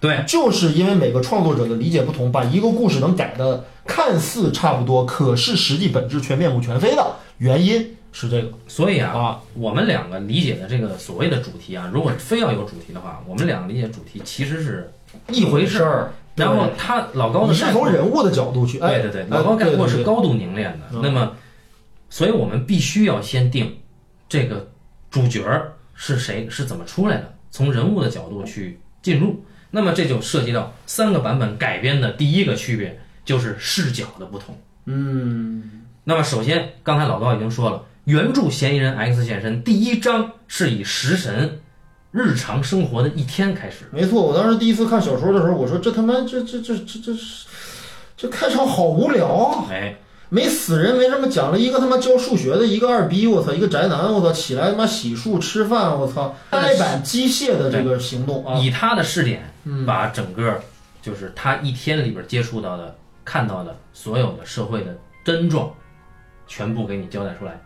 对就是因为每个创作者的理解不同，把一个故事能改的看似差不多，可是实际本质却面目全非的原因是这个所以啊，啊。我们两个理解的这个所谓的主题啊，如果非要有主题的话，我们两个理解主题其实是一回事儿。儿然后他老高的你是概括从人物的角度去，哎，对对对，哎老高概括对是对对高度凝练的。嗯那么，所以我们必须要先定这个主角儿是谁，是怎么出来的，从人物的角度去进入。那么这就涉及到三个版本改编的第一个区别，就是视角的不同。嗯，那么首先，刚才老高已经说了，原著嫌疑人 X 现身第一章是以食神日常生活的一天开始。没错。我当时第一次看小说的时候，我说这他妈这这这这这是这开场好无聊啊！哎，没死人，没这么讲了一个他妈教数学的一个二逼，我操，一个宅男，我操，起来他妈洗漱吃饭，我操，呆板机械的这个行动啊，嗯以他的视点，把整个就是他一天里边接触到的、看到的所有的社会的真状，全部给你交代出来。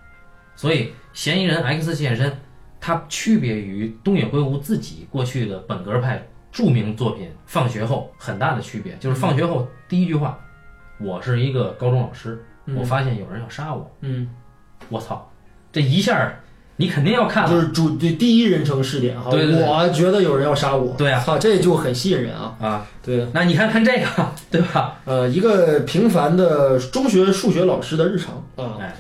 所以，嫌疑人 X 现身，它区别于东野圭吾自己过去的本格派著名作品《放学后》很大的区别，嗯就是放学后第一句话：“我是一个高中老师，嗯我发现有人要杀我，嗯，我操！”这一下儿你肯定要看就了是主对第一人称视点哈，对对对我觉得有人要杀我，对啊操，这就很吸引人啊，啊。对，那你看看这个，对吧？呃，一个平凡的中学数学老师的日常啊，哎，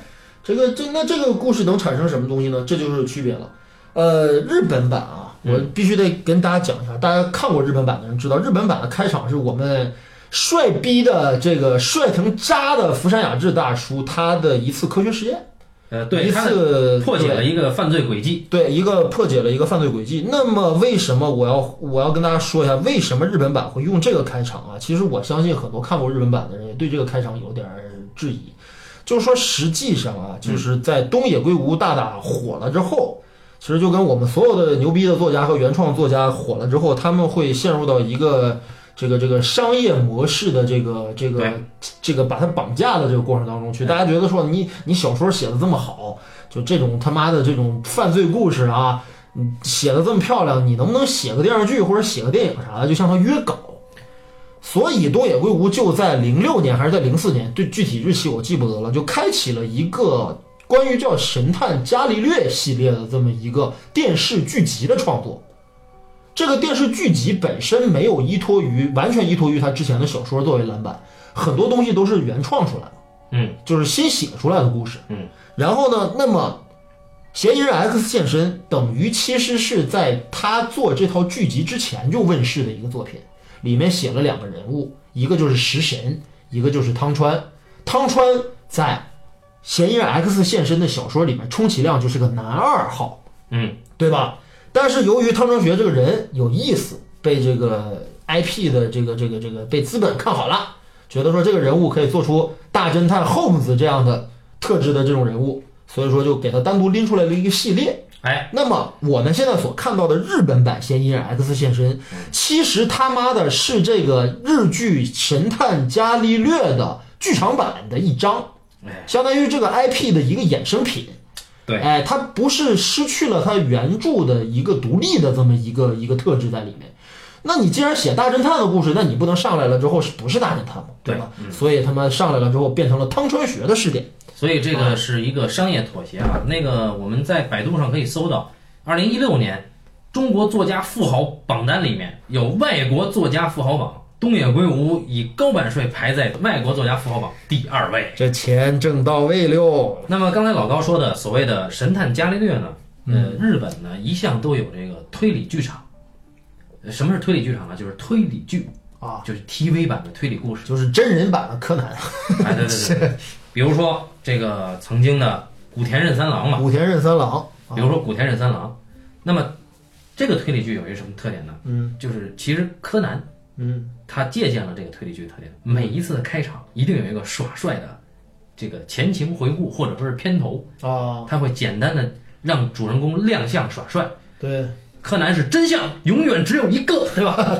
这个这那这个故事能产生什么东西呢？这就是区别了。呃，日本版啊，我嗯必须得跟大家讲一下，大家看过日本版的人知道，日本版的开场是我们帅逼的这个帅成渣的福山雅治大叔他的一次科学实验，呃，对，一他的次破解了对一个犯罪轨迹。对一个破解了一个犯罪轨迹。那么为什么我要我要跟大家说一下，为什么日本版会用这个开场啊？其实我相信很多看过日本版的人也对这个开场有点儿质疑，就是说实际上啊，就是在东野圭吾大大火了之后。其实就跟我们所有的牛逼的作家和原创作家火了之后，他们会陷入到一个这个这个商业模式的这个这个对这个把它绑架的这个过程当中去。大家觉得说你你小说写的这么好，就这种他妈的这种犯罪故事啊，嗯写的这么漂亮，你能不能写个电视剧或者写个电影啥的，就向他约稿？所以东野圭吾就在零六年还是在零四年，对具体日期我记不得了，就开启了一个关于叫《神探伽利略》系列的这么一个电视剧集的创作。这个电视剧集本身没有依托于完全依托于他之前的小说作为篮板，很多东西都是原创出来的。嗯，就是新写出来的故事。嗯，然后呢，那么嫌疑人 X 现身等于其实是在他做这套剧集之前就问世的一个作品，里面写了两个人物，一个就是食神，一个就是汤川。汤川在嫌疑人 X 现身的小说里面，充其量就是个男二号。嗯，对吧？但是由于汤川学这个人有意思，被这个 IP 的这个这个这个被资本看好了，觉得说这个人物可以做出大侦探 Holmes 这样的特质的这种人物，所以说就给他单独拎出来了一个系列。哎，那么我们现在所看到的日本版《嫌疑人 X 现身》，其实他妈的是这个日剧《神探伽利略》的剧场版的一章哎，相当于这个 IP 的一个衍生品。对哎，它不是失去了它原著的一个独立的这么一个一个特质在里面。那你既然写大侦探的故事，那你不能上来了之后是不是大侦探嘛，对嗯吧？所以他妈上来了之后变成了汤川学的试点。所以这个是一个商业妥协啊。那个我们在百度上可以搜到，二零一六年中国作家富豪榜单里面有外国作家富豪榜，东野圭吾以高版税排在外国作家富豪榜第二位。这钱挣到位喽。那么刚才老高说的所谓的神探伽利略呢，呃，日本呢一向都有这个推理剧场。呃什么是推理剧场呢？就是推理剧啊，就是 TV 版的推理故事。就是真人版的柯南， 哎，对对对，比如说这个曾经的古田任三郎嘛，古田任三郎。啊比如说古田任三郎，那么这个推理剧有一个什么特点呢？嗯，就是其实柯南嗯，他借鉴了这个推理剧的特点，每一次的开场一定有一个耍帅的这个前情回顾或者说是片头，啊，他会简单的让主人公亮相耍帅。对，柯南是真相永远只有一个，对吧？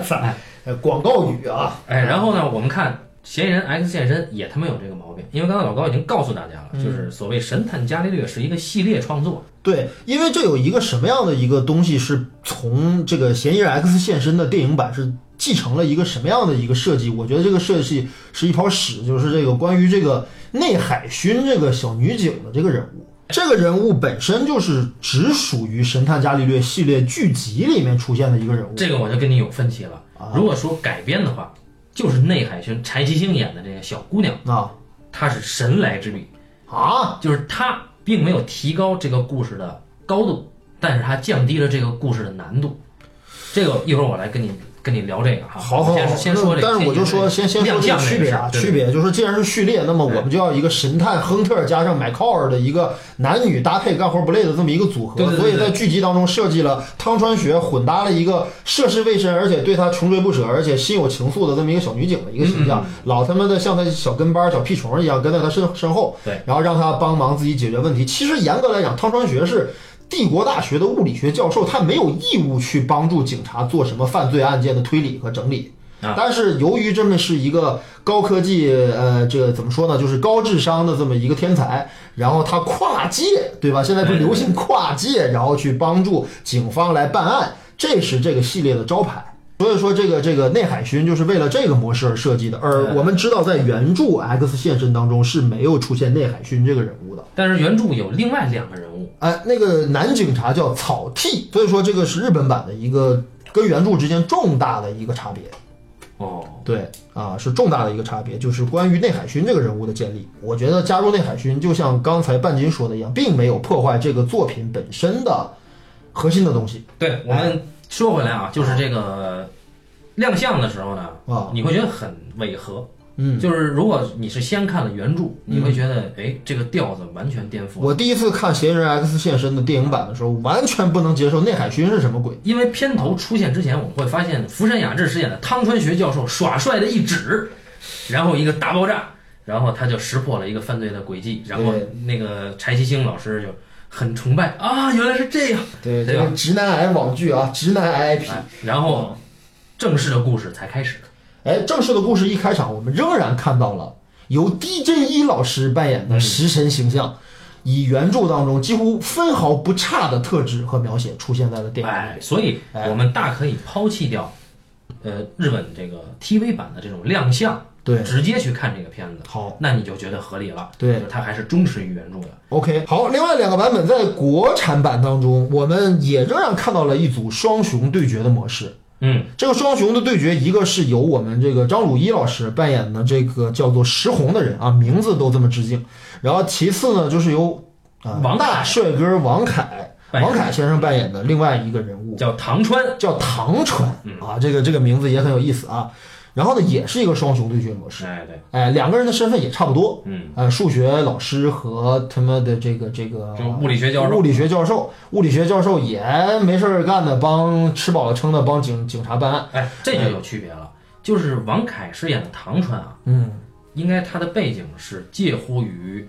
呃，广告语啊，哎，然后呢，我们看嫌疑人 X 现身也他妈有这个毛病，因为刚才老高已经告诉大家了，嗯就是所谓《神探伽利略》是一个系列创作，对，因为这有一个什么样的一个东西是从这个《嫌疑人 X 现身》的电影版是继承了一个什么样的一个设计？我觉得这个设计是一泡屎，就是这个关于这个内海薰这个小女警的这个人物，这个人物本身就是只属于《神探伽利略》系列剧集里面出现的一个人物。这个我就跟你有分歧了。啊如果说改编的话，就是内海薰柴崎幸演的这个小姑娘，啊她是神来之笔，啊，就是她并没有提高这个故事的高度，但是她降低了这个故事的难度。这个一会儿我来跟你跟你聊这个哈。好好好，先说先说这那个，但是我就说先先亮说这相个这区别啊，个事儿区。别就是，既然是序列，那么我们就要一个神探亨特加上 McCall 的一个男女搭配干活不累的这么一个组合，对对对所以对在剧集当中设计了汤川学混搭了一个涉世未深，而且对他穷追不舍，而且心有情愫的这么一个小女警的一个形嗯象，老他妈的像他小跟班儿、小屁虫一样跟在他身身后，对，然后让他帮忙自己解决问题。其实严格来讲，汤川学是。帝国大学的物理学教授，他没有义务去帮助警察做什么犯罪案件的推理和整理，啊但是由于这么是一个高科技，呃，这个怎么说呢，就是高智商的这么一个天才，然后他跨界，对吧？现在不流行跨界，然后去帮助警方来办案，这是这个系列的招牌。所以说，这个这个内海勋就是为了这个模式而设计的。而嗯我们知道，在原著《X 现身》当中是没有出现内海勋这个人物的。但是原著有另外两个人物，哎，那个男警察叫草剃，所以说这个是日本版的一个跟原著之间重大的一个差别。哦，对啊，是重大的一个差别，就是关于内海勋这个人物的建立。我觉得加入内海勋，就像刚才半斤说的一样，并没有破坏这个作品本身的核心的东西对，我们说回来啊，就是这个亮相的时候呢，啊。你会觉得很违和。嗯，就是如果你是先看了原著，你会觉得，哎，这个调子完全颠覆了，我第一次看《嫌疑人 X 现身》的电影版的时候，完全不能接受内海勋是什么鬼。因为片头出现之前，我们会发现福山雅治饰演的汤川学教授耍帅的一指，然后一个大爆炸，然后他就识破了一个犯罪的轨迹，然后对那个柴崎幸老师就很崇拜啊，原来是这样，对对这吧个哎直男癌网剧啊，直男癌 IP。哎然后正式的故事才开始。哎，正式的故事一开场，我们仍然看到了由 DJ 一老师扮演嗯的食神形象，以原著当中几乎分毫不差的特质和描写出现在了电影里。哎，所以哎我们大可以抛弃掉，呃，日本这个 TV 版的这种亮相，对，直接去看这个片子，好那你就觉得合理了。对就是它还是忠实于原著的。 ，OK，好。另外两个版本在国产版当中，我们也仍然看到了一组双雄对决的模式。嗯，这个双雄的对决，一个是由我们这个张鲁一老师扮演的这个叫做石红的人啊，名字都这么致敬。然后其次呢，就是由啊、呃王凯大帅哥王凯扮演王凯先生扮演的另外一个人物，嗯叫唐川，叫唐川嗯啊，这个这个名字也很有意思啊。然后呢，也是一个双雄对决模式，哎，对，哎，两个人的身份也差不多，嗯，呃，数学老师和他们的这个这个就物理学教授哦物理学教授，物理学教授也没事儿干的，帮吃饱了撑的帮警警察办案。哎，这就有区别了。就是王凯饰演的唐川啊，嗯，应该他的背景是介乎于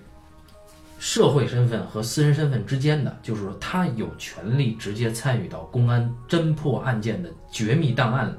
社会身份和私人身份之间的，就是说他有权利直接参与到公安侦破案件的绝密档案，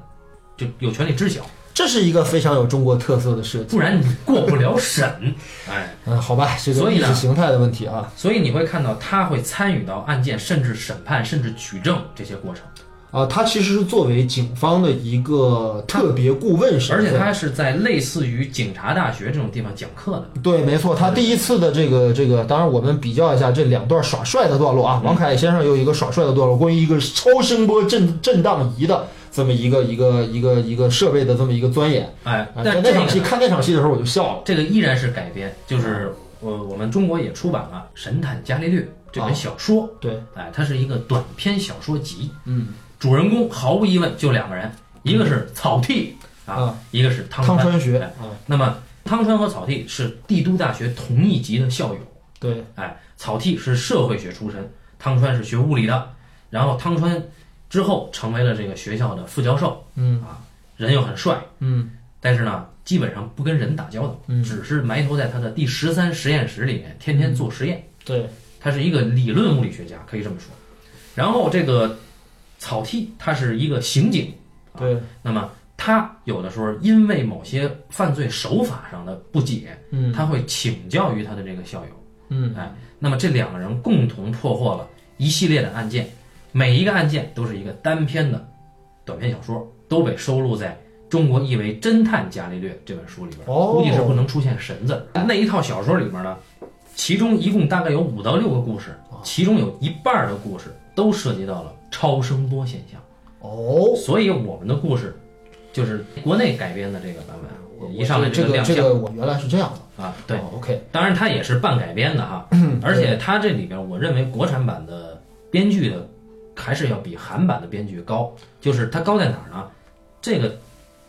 就有权利知晓。这是一个非常有中国特色的设计。不然你过不了审。 哎，嗯，好吧，这个所以意呢识形态的问题啊所以你会看到他会参与到案件，甚至审判，甚至举证这些过程，啊，他其实是作为警方的一个特别顾问身而份，且他是在类似于警察大学这种地方讲课的。对，没错，他第一次的这个这个，当然我们比较一下这两段耍帅的段落嗯啊。王凯先生有一个耍帅的段落，关于一个超声波震震荡仪的这么一个一个一个一个设备的这么一个钻研。哎，啊，在但那这个场戏呢看那场戏的时候我就笑了。这个依然是改编，就是呃，我们中国也出版了《神探伽利略》这本小说，对，哎，它是一个短篇小说集，嗯，主人公毫无疑问就两个人，一个是草剃啊啊，一个是汤汤川学哎啊，那么汤川和草剃是帝都大学同一级的校友。嗯对，哎，草剃是社会学出身，汤川是学物理的，然后汤川之后成为了这个学校的副教授，嗯啊，人又很帅，嗯，但是呢，基本上不跟人打交道，嗯只是埋头在他的第十三实验室里面天天做实验，对，他是一个理论物理学家，可以这么说。然后这个草剃他是一个刑警，对，那么他有的时候因为某些犯罪手法上的不解，嗯他会请教于他的这个校友，嗯哎，那么这两个人共同破获了一系列的案件，每一个案件都是一个单篇的短篇小说，都被收录在《中国译为侦探伽利略》这本书里边，哦估计是不能出现“神”字。那一套小说里边呢，其中一共大概有五到六个故事，哦其中有一半儿的故事都涉及到了超声波现象。哦，所以我们的故事就是国内改编的这个版我本，一上来这就个亮这相个我原来是这样的，啊，对，哦，OK，当然它也是半改编的哈，嗯而且它这里边我认为国产版的编剧的还是要比韩版的编剧高，就是它高在哪儿呢？这个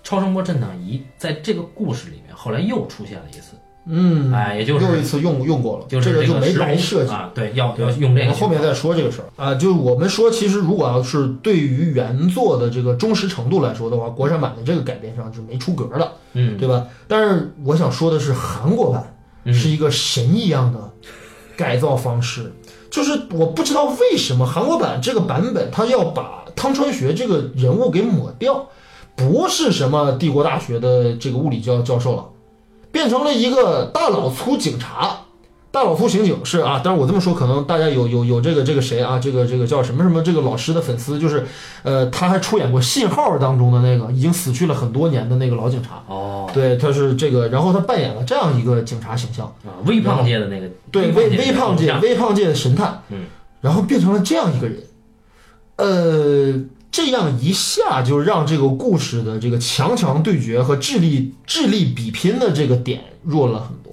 超声波震荡仪在这个故事里面后来又出现了一次，嗯，哎，也就是又一次用用过了，就这是个就没石白红设计。啊，对，要要用这我个们后面再说这个事儿啊、就是我们说，其实如果要是对于原作的这个忠实程度来说的话，国产版的这个改编上是没出格的，嗯对吧？但是我想说的是，韩国版嗯是一个神一样的改造方式，就是我不知道为什么韩国版这个版本，它要把汤川学这个人物给抹掉，不是什么帝国大学的这个物理教教授了，变成了一个大老粗警察。大老粗刑警是啊，但是我这么说，可能大家有有有这个这个谁啊，这个这个叫什么什么这个老师的粉丝，就是，呃，他还出演过《信号》当中的那个已经死去了很多年的那个老警察，哦对，他是这个，然后他扮演了这样一个警察形象，啊微胖界的那个对，微微胖界的微胖界的神探，嗯，然后变成了这样一个人，呃，这样一下就让这个故事的这个强强对决和智力智力比拼的这个点弱了很多。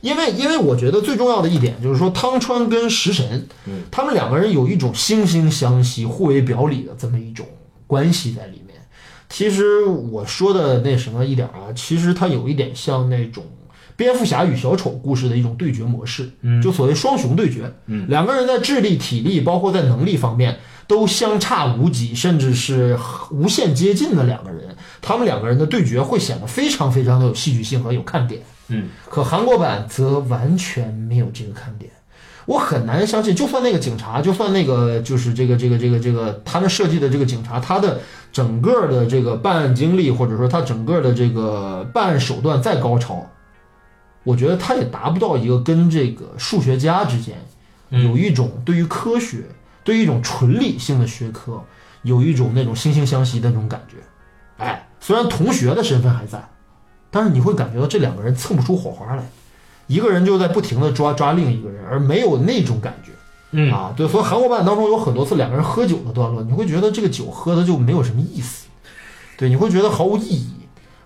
因为，因为我觉得最重要的一点就是说，汤川跟食神，嗯他们两个人有一种惺惺相惜、互为表里的这么一种关系在里面。其实我说的那什么一点啊，其实它有一点像那种蝙蝠侠与小丑故事的一种对决模式，嗯就所谓双雄对决。嗯两个人在智力、体力，包括在能力方面都相差无几，甚至是无限接近的两个人，他们两个人的对决会显得非常非常的有戏剧性和有看点。嗯可韩国版则完全没有这个看点。我很难相信，就算那个警察，就算那个就是这个这个这个这个他们设计的这个警察，他的整个的这个办案经历，或者说他整个的这个办案手段再高超，我觉得他也达不到一个跟这个数学家之间嗯有一种对于科学、对于一种纯理性的学科，有一种那种惺惺相惜的那种感觉。哎，虽然同学的身份还在，但是你会感觉到这两个人蹭不出火花来，一个人就在不停的抓抓另一个人，而没有那种感觉。嗯啊，对，所以韩国版当中有很多次两个人喝酒的段落，你会觉得这个酒喝的就没有什么意思，对，你会觉得毫无意义，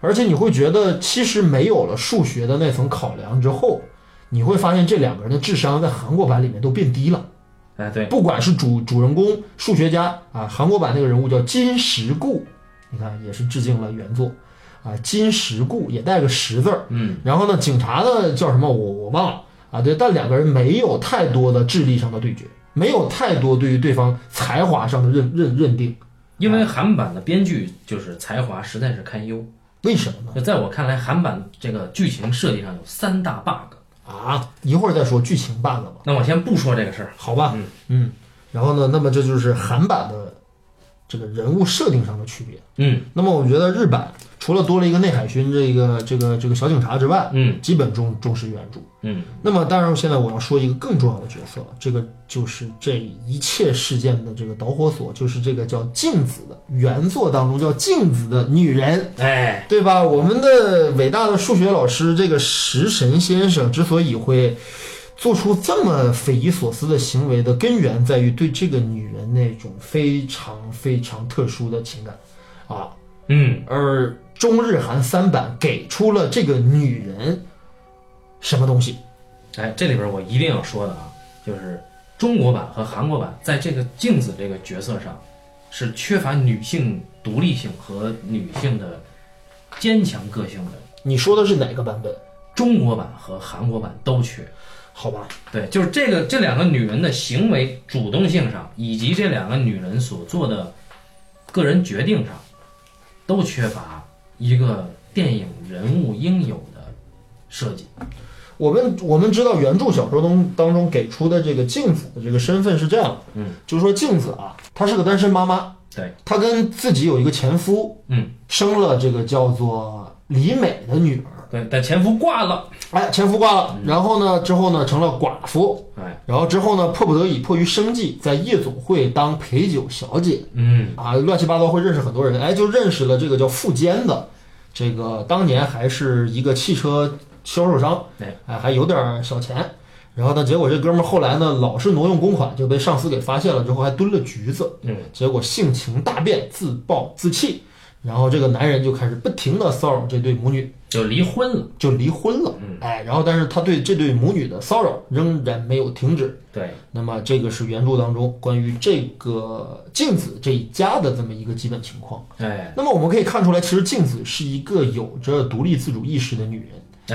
而且你会觉得其实没有了数学的那层考量之后，你会发现这两个人的智商在韩国版里面都变低了。哎对不管是主主人公数学家啊，韩国版那个人物叫金石固，你看也是致敬了原作啊，金石固也带个石字儿。嗯然后呢，警察呢叫什么我我忘了啊，对，但两个人没有太多的智力上的对决，没有太多对于对方才华上的认认认定，因为韩版的编剧就是才华实在是堪忧。为什么呢？就在我看来，韩版这个剧情设计上有三大 bug。啊，一会儿再说剧情 bug 吧。那我先不说这个事儿，好吧，嗯然后呢，那么这就是韩版的这个人物设定上的区别。嗯那么我觉得日版除了多了一个内海勋这个这个这个小警察之外，嗯基本忠忠实原著。嗯那么当然，现在我要说一个更重要的角色，这个就是这一切事件的这个导火索，就是这个叫镜子的原作当中叫镜子的女人。哎，对吧？我们的伟大的数学老师这个食神先生之所以会做出这么匪夷所思的行为的根源，在于对这个女人那种非常非常特殊的情感啊。嗯而中日韩三版给出了这个女人什么东西？哎，这里边我一定要说的啊，就是中国版和韩国版在这个镜子这个角色上是缺乏女性独立性和女性的坚强个性的。你说的是哪个版本？中国版和韩国版都缺，好吧，对，就是这个这两个女人的行为主动性上，以及这两个女人所做的个人决定上，都缺乏一个电影人物应有的设计。我们我们知道原著小说中当中给出的这个镜子的这个身份是这样的，嗯，就是说镜子啊，她是个单身妈妈，对，他跟自己有一个前夫，嗯，生了这个叫做李美的女儿，对，但前夫挂了，哎，前夫挂了，然后呢，之后呢成了寡妇，哎，然后之后呢，迫不得已，迫于生计，在夜总会当陪酒小姐，嗯，啊，乱七八糟会认识很多人，哎，就认识了这个叫富坚的，这个当年还是一个汽车销售商哎，哎，还有点小钱。然后呢，结果这哥们儿后来呢，老是挪用公款，就被上司给发现了，之后还蹲了局子，嗯，结果性情大变，自暴自弃。然后这个男人就开始不停的骚扰这对母女，就离婚了，就离婚了嗯。哎，然后但是他对这对母女的骚扰仍然没有停止，对，那么这个是原著当中关于这个镜子这一家的这么一个基本情况。哎，那么我们可以看出来，其实镜子是一个有着独立自主意识的女人。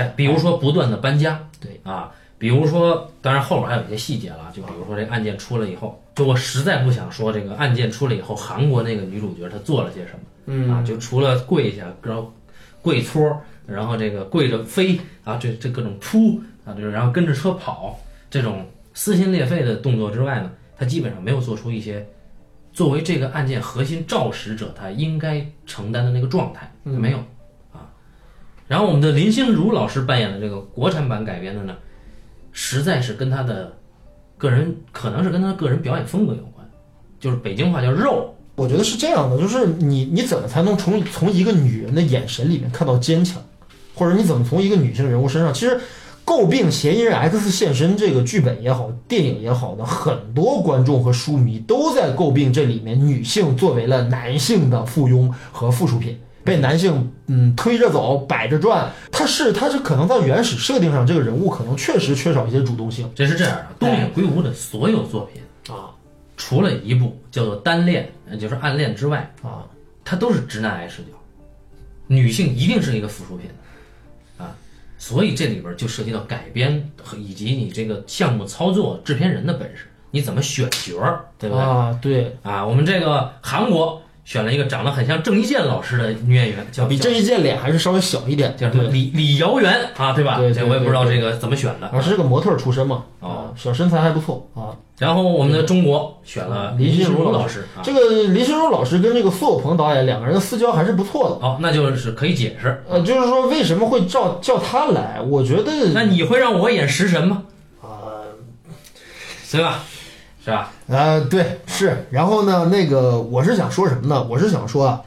哎，比如说不断的搬家，对啊，比如说，当然后边还有一些细节了，就比如说这案件出了以后，就我实在不想说这个案件出了以后，韩国那个女主角她做了些什么，嗯啊，就除了跪下，然后跪搓，然后这个跪着飞啊，这这各种扑啊，就是然后跟着车跑这种撕心裂肺的动作之外呢，她基本上没有做出一些作为这个案件核心肇始者她应该承担的那个状态，没有。啊然后我们的林心如老师扮演的这个国产版改编的呢，实在是跟她的个人，可能是跟她个人表演风格有关，就是北京话叫肉，我觉得是这样的，就是你你怎么才能从从一个女人的眼神里面看到坚强，或者你怎么从一个女性人物身上，其实诟病《嫌疑人 X 现身》这个剧本也好，电影也好呢，很多观众和书迷都在诟病这里面女性作为了男性的附庸和附属品。被男性嗯推着走，摆着转，他是他是可能在原始设定上，这个人物可能确实缺少一些主动性这是这样的。东野圭吾的所有作品，啊除了一部叫做《单恋》，呃就是暗恋之外，啊，它都是直男癌视角，女性一定是一个附属品啊。所以这里边就涉及到改编和以及你这个项目操作、制片人的本事，你怎么选角儿，对不对？啊，对，啊，我们这个韩国选了一个长得很像郑伊健老师的女演员，叫比郑伊健脸还是稍微小一点，叫什么对李李瑶媛啊，对吧？对对这我也不知道对这个怎么选的。老师啊是个模特儿出身嘛，哦啊，小身材还不错啊。嗯然后我们的中国选了林心心如老老师啊，这个林心如老师跟这个苏有朋导演两个人的私交还是不错的。哦，那就是可以解释。呃，就是说为什么会叫叫他来？我觉得那你会让我演食神吗？啊对吧？是吧？呃对是，然后呢，那个我是想说什么呢？我是想说啊，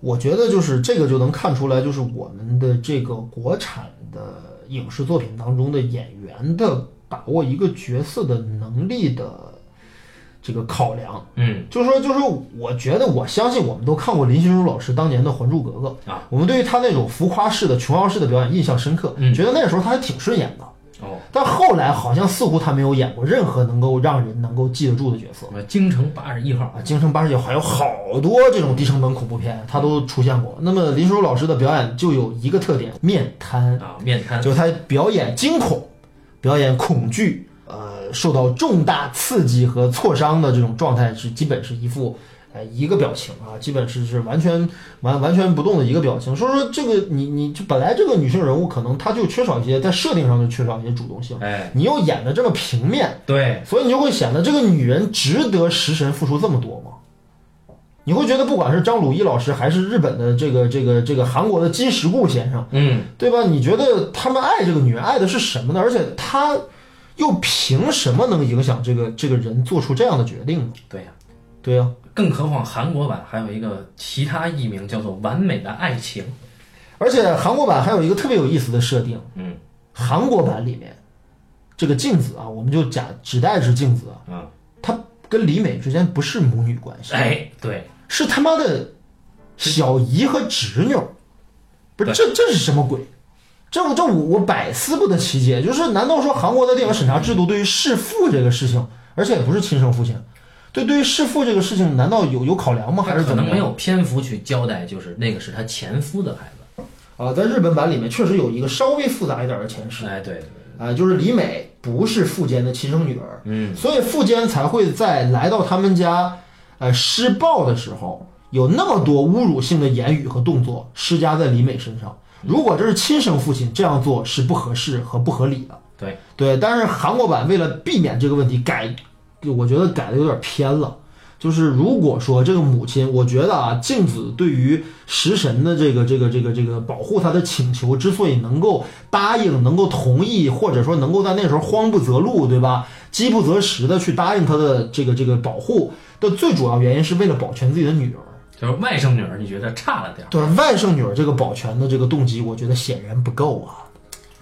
我觉得就是这个就能看出来，就是我们的这个国产的影视作品当中的演员的把握一个角色的能力的这个考量。嗯，就是说，就是我觉得，我相信我们都看过林心如老师当年的《还珠格格》啊，我们对于她那种浮夸式的、琼瑶式的表演印象深刻，嗯觉得那时候她还挺顺眼的。哦，但后来好像似乎她没有演过任何能够让人能够记得住的角色我们京城八十一号啊，《京城八十九》还有好多这种低成本恐怖片，她都出现过。那么林心如老师的表演就有一个特点，面瘫，啊，面瘫就是她表演惊恐，表演恐惧，呃，受到重大刺激和挫伤的这种状态是基本是一副。呃，一个表情啊，基本是是完全完完全不动的一个表情。所以说这个你你就本来这个女性人物可能她就缺少一些在设定上就缺少一些主动性，哎，你又演的这么平面，对，所以你就会显得这个女人值得食神付出这么多吗？你会觉得不管是张鲁一老师还是日本的这个这个这个韩国的金石固先生，嗯，对吧？你觉得他们爱这个女人爱的是什么呢？而且他又凭什么能影响这个这个人做出这样的决定呢？对呀、对啊呀、更何况韩国版还有一个其他译名叫做《完美的爱情》，而且韩国版还有一个特别有意思的设定，嗯，韩国版里面这个镜子啊，我们就假只代指镜子啊，啊，她跟李美之间不是母女关 系，哎，对，是他妈的小姨和侄女儿，不是对这这是什么鬼？这我这我我百思不得其解，就是难道说韩国的电影审查制度对于弑父这个事情，而且也不是亲生父亲，对对于弑父这个事情，难道有有考量吗？还他是可怎么能没样有篇幅去交代，就是那个是他前夫的孩子。啊？在日本版里面确实有一个稍微复杂一点的前世，哎，对，啊，就是李美不是富坚的亲生女儿，嗯，所以富坚才会在来到他们家，呃，施暴的时候有那么多侮辱性的言语和动作施加在李美身上。如果这是亲生父亲这样做是不合适和不合理的，对对。但是韩国版为了避免这个问题改，我觉得改的有点偏了。就是如果说这个母亲，我觉得啊，镜子对于食神的这个这个这个这个保护他的请求，之所以能够答应、能够同意，或者说能够在那时候慌不择路，对吧？饥不择食的去答应他的这个这个保护的最主要原因，是为了保全自己的女儿。就是外甥女儿，你觉得差了点儿。对外甥女儿这个保全的这个动机，我觉得显然不够啊。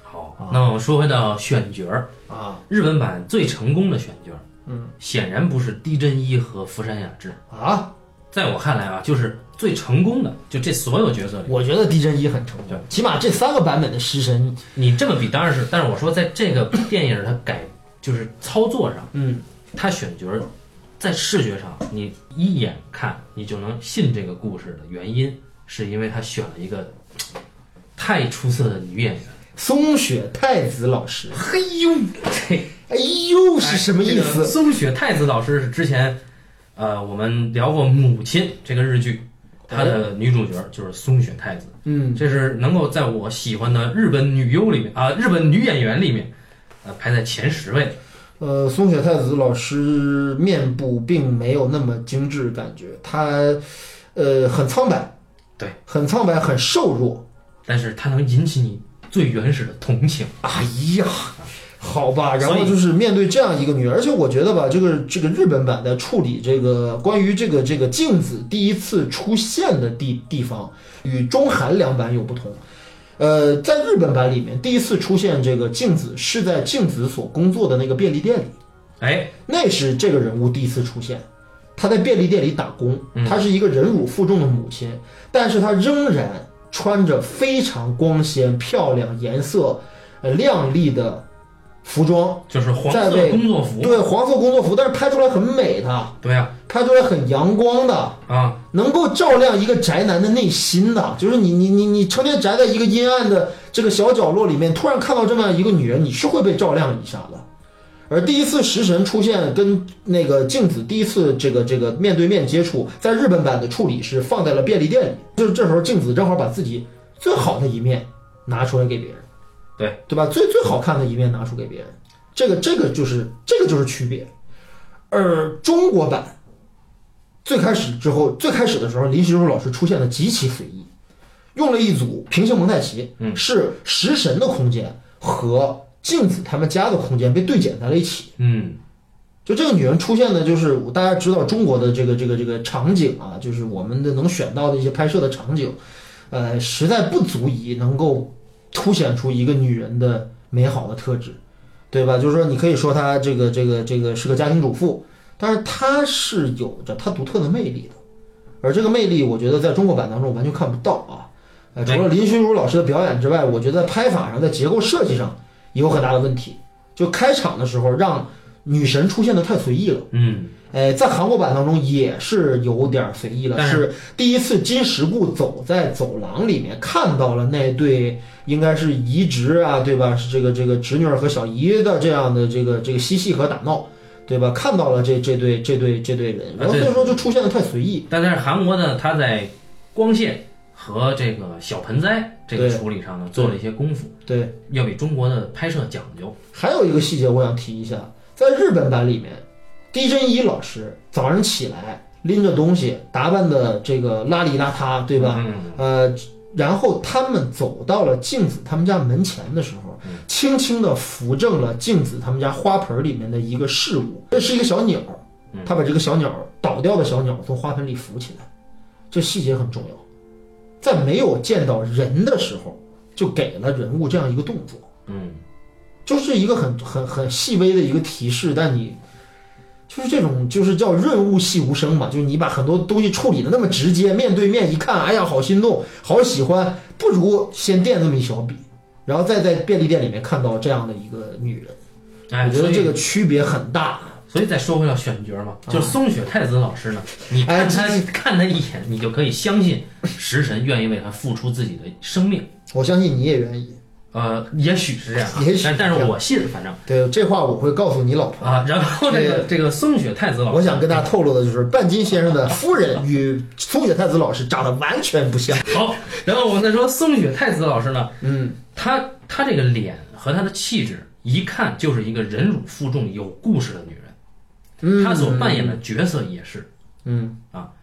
好，那我们说回到选角儿，啊日本版最成功的选角，嗯，显然不是低真一和福山雅治。啊！在我看来啊，就是最成功的，就这所有角色里，我觉得狄真一很成功对，起码这三个版本的食神，你这么比当然是，但是我说在这个电影它改就是操作上，嗯，它选角儿在视觉上，你一眼看你就能信这个故事的原因，是因为他选了一个嘖太出色的女演员。松雪太子老师，嘿呦，这哎呦是什么意哎这个思？松雪太子老师是之前，呃，我们聊过《母亲》这个日剧，它的女主角就是松雪太子，嗯，这是能够在我喜欢的日本女优里面啊、日本女演员里面，呃，排在前十位的。呃，松雪太子老师面部并没有那么精致，感觉他呃很苍白，对，很苍白，很瘦弱。但是它能引起你最原始的同情。哎呀，好吧，然所后以就是面对这样一个女儿，而且我觉得吧，这个这个日本版在处理这个关于这个这个镜子第一次出现的地地方，与中韩两版有不同。呃，在日本版里面，第一次出现这个镜子是在镜子所工作的那个便利店里，哎，那是这个人物第一次出现。他在便利店里打工，嗯她是一个忍辱负重的母亲，但是她仍然穿着非常光鲜、漂亮、颜色呃亮丽的服装，就是黄在色位工作服。对黄色工作服，但是拍出来很美的，对呀、拍出来很阳光的，啊，能够照亮一个宅男的内心的，就是你你你你成天宅在一个阴暗的这个小角落里面，突然看到这么样一个女人，你是会被照亮一下的。而第一次食神出现跟那个镜子第一次这个这个面对面接触，在日本版的处理是放在了便利店里，就是这时候镜子正好把自己最好的一面拿出来给别人，对对吧？最最好看的一面拿出给别人，这个这个就是这个就是区别。而中国版最开始之后，最开始的时候，林时柱老师出现的极其随意，用了一组平行蒙太奇，嗯是食神的空间和镜子他们家的空间被对剪在了一起。嗯，就这个女人出现的，就是大家知道中国的这个这个这个场景啊，就是我们的能选到的一些拍摄的场景，呃，实在不足以能够凸显出一个女人的美好的特质，对吧？就是说，你可以说她这个这个这个是个家庭主妇，但是她是有着她独特的魅力的，而这个魅力，我觉得在中国版当中完全看不到啊。呃，除了林心如老师的表演之外，我觉得在拍法上、在结构设计上也有很大的问题。就开场的时候让女神出现的太随意了。嗯，哎，在韩国版当中也是有点随意了，但是是第一次金石部走在走廊里面看到了那对应该是姨侄啊，对吧？是这个这个侄女儿和小姨的这样的这个这个嬉戏和打闹，对吧？看到了这这对这对这对人，啊然后对所以说就出现的太随意。但是韩国呢，它在光线和这个小盆栽这个处理上呢，做了一些功夫，对，要比中国的拍摄讲究。还有一个细节我想提一下，在日本版里面，狄真一老师早上起来拎着东西，打扮的这个邋里邋遢，对吧？嗯，呃，然后他们走到了镜子他们家门前的时候嗯，轻轻地扶正了镜子他们家花盆里面的一个事物，这是一个小鸟嗯，他把这个小鸟倒掉的小鸟从花盆里扶起来，这细节很重要。在没有见到人的时候，就给了人物这样一个动作。嗯，就是一个很很很细微的一个提示，但你就是这种就是叫润物细无声嘛，就是你把很多东西处理的那么直接，面对面一看，哎呀，好心动，好喜欢，不如先垫这么一小笔，然后再在便利店里面看到这样的一个女人，哎，我觉得这所以个区别很大。所以再说回到选角嘛，啊哎就是松雪太子老师呢，你看他、看他一眼，你就可以相信食神愿意为他付出自己的生命。我相信你也愿意，呃，也许是这样啊，也许但但是这是样我信，反正对这话我会告诉你老婆。啊，然后这个对这个松雪太子老师，我想跟大家透露的就是，半斤先生的夫人与松雪太子老师长得完全不像。好，然后我们再说松雪太子老师呢，嗯，她她这个脸和她的气质，一看就是一个忍辱负重、有故事的女人。嗯她所扮演的角色也是，嗯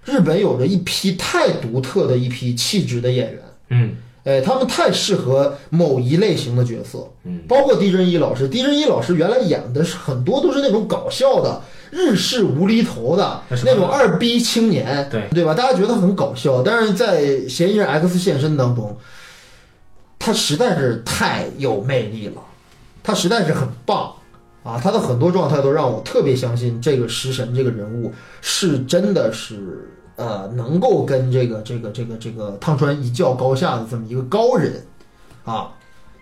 日本有着一批太独特的一批气质的演员，嗯哎，他们太适合某一类型的角色，嗯，包括狄仁一老师。狄仁一老师原来演的是很多都是那种搞笑的日式无厘头的那是那种二逼青年，对对吧？大家觉得很搞笑，但是在《嫌疑人 X 现身》当中，他实在是太有魅力了，他实在是很棒啊！他的很多状态都让我特别相信这个食神这个人物是真的是呃能够跟这个这个这个这个汤川一较高下的这么一个高人啊，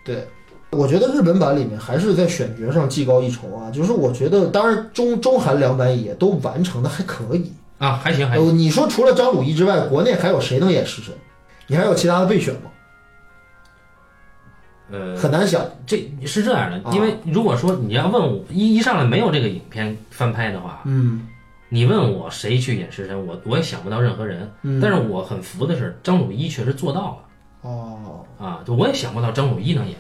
对。我觉得日本版里面还是在选角上技高一筹啊，就是我觉得，当然中中韩两版也都完成的还可以。啊，还行还行，呃，你说除了张鲁一之外，国内还有谁能演食神？你还有其他的备选吗？呃，很难想。这是这样的啊，因为如果说你要问我一一上来没有这个影片翻拍的话，嗯你问我谁去演食神，我我也想不到任何人。嗯但是我很服的是，张鲁一确实做到哦，了啊！就我也想不到张鲁一能演。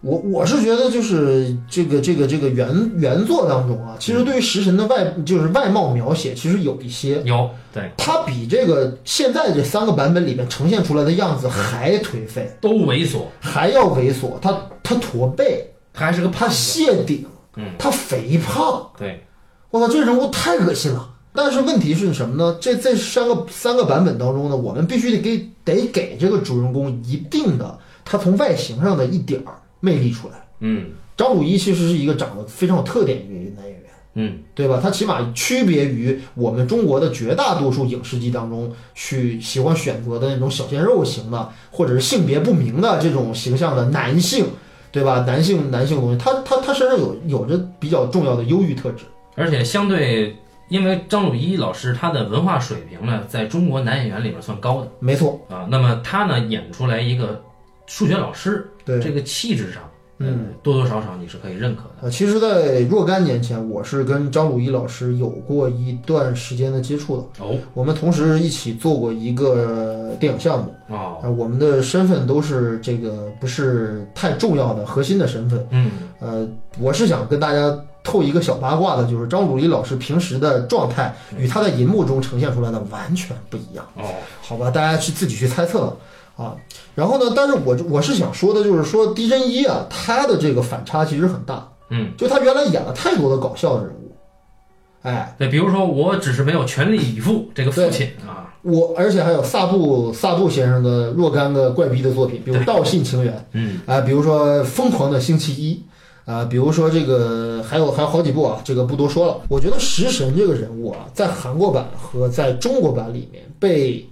我我是觉得就是这个这个这个原原作当中啊，其嗯实对于食神的外就是外貌描写，其实有一些，有对，它比这个现在这三个版本里面呈现出来的样子还颓废，都猥琐，还要猥琐，它它驼背。他还是个他胖子。谢顶，嗯，他肥胖，对，我操，这人物太恶心了。但是问题是什么呢？这这三个三个版本当中呢，我们必须得给得给这个主人公一定的他从外形上的一点儿魅力出来。嗯张鲁一其实是一个长得非常有特点的一个男演员，嗯对吧？他起码区别于我们中国的绝大多数影视剧当中去喜欢选择的那种小鲜肉型的，或者是性别不明的这种形象的男性，对吧？男性男性东西，他他他身上有有着比较重要的优越特质。而且相对，因为张鲁一老师他的文化水平呢，在中国男演员里边算高的没错，啊。那么他呢，演出来一个数学老师，对这个气质上，嗯呃，多多少少你是可以认可的。呃，其实，在若干年前，我是跟张鲁一老师有过一段时间的接触的。哦我们同时一起做过一个电影项目，哦，呃，我们的身份都是这个不是太重要的核心的身份。嗯呃，我是想跟大家透一个小八卦的，就是张鲁一老师平时的状态与他在银幕中呈现出来的完全不一样，哦，好吧？大家去自己去猜测了啊。然后呢，但是我我是想说的，就是说狄真一啊，他的这个反差其实很大，嗯，就他原来演了太多的搞笑的人物，哎，对，比如说我只是没有全力以赴这个父亲啊，我而且还有萨布萨布先生的若干个怪逼的作品，比如《对道信情缘》。嗯啊、比如说《疯狂的星期一》啊、比如说这个还有还有好几部啊，这个不多说了。我觉得食神这个人物啊，在韩国版和在中国版里面被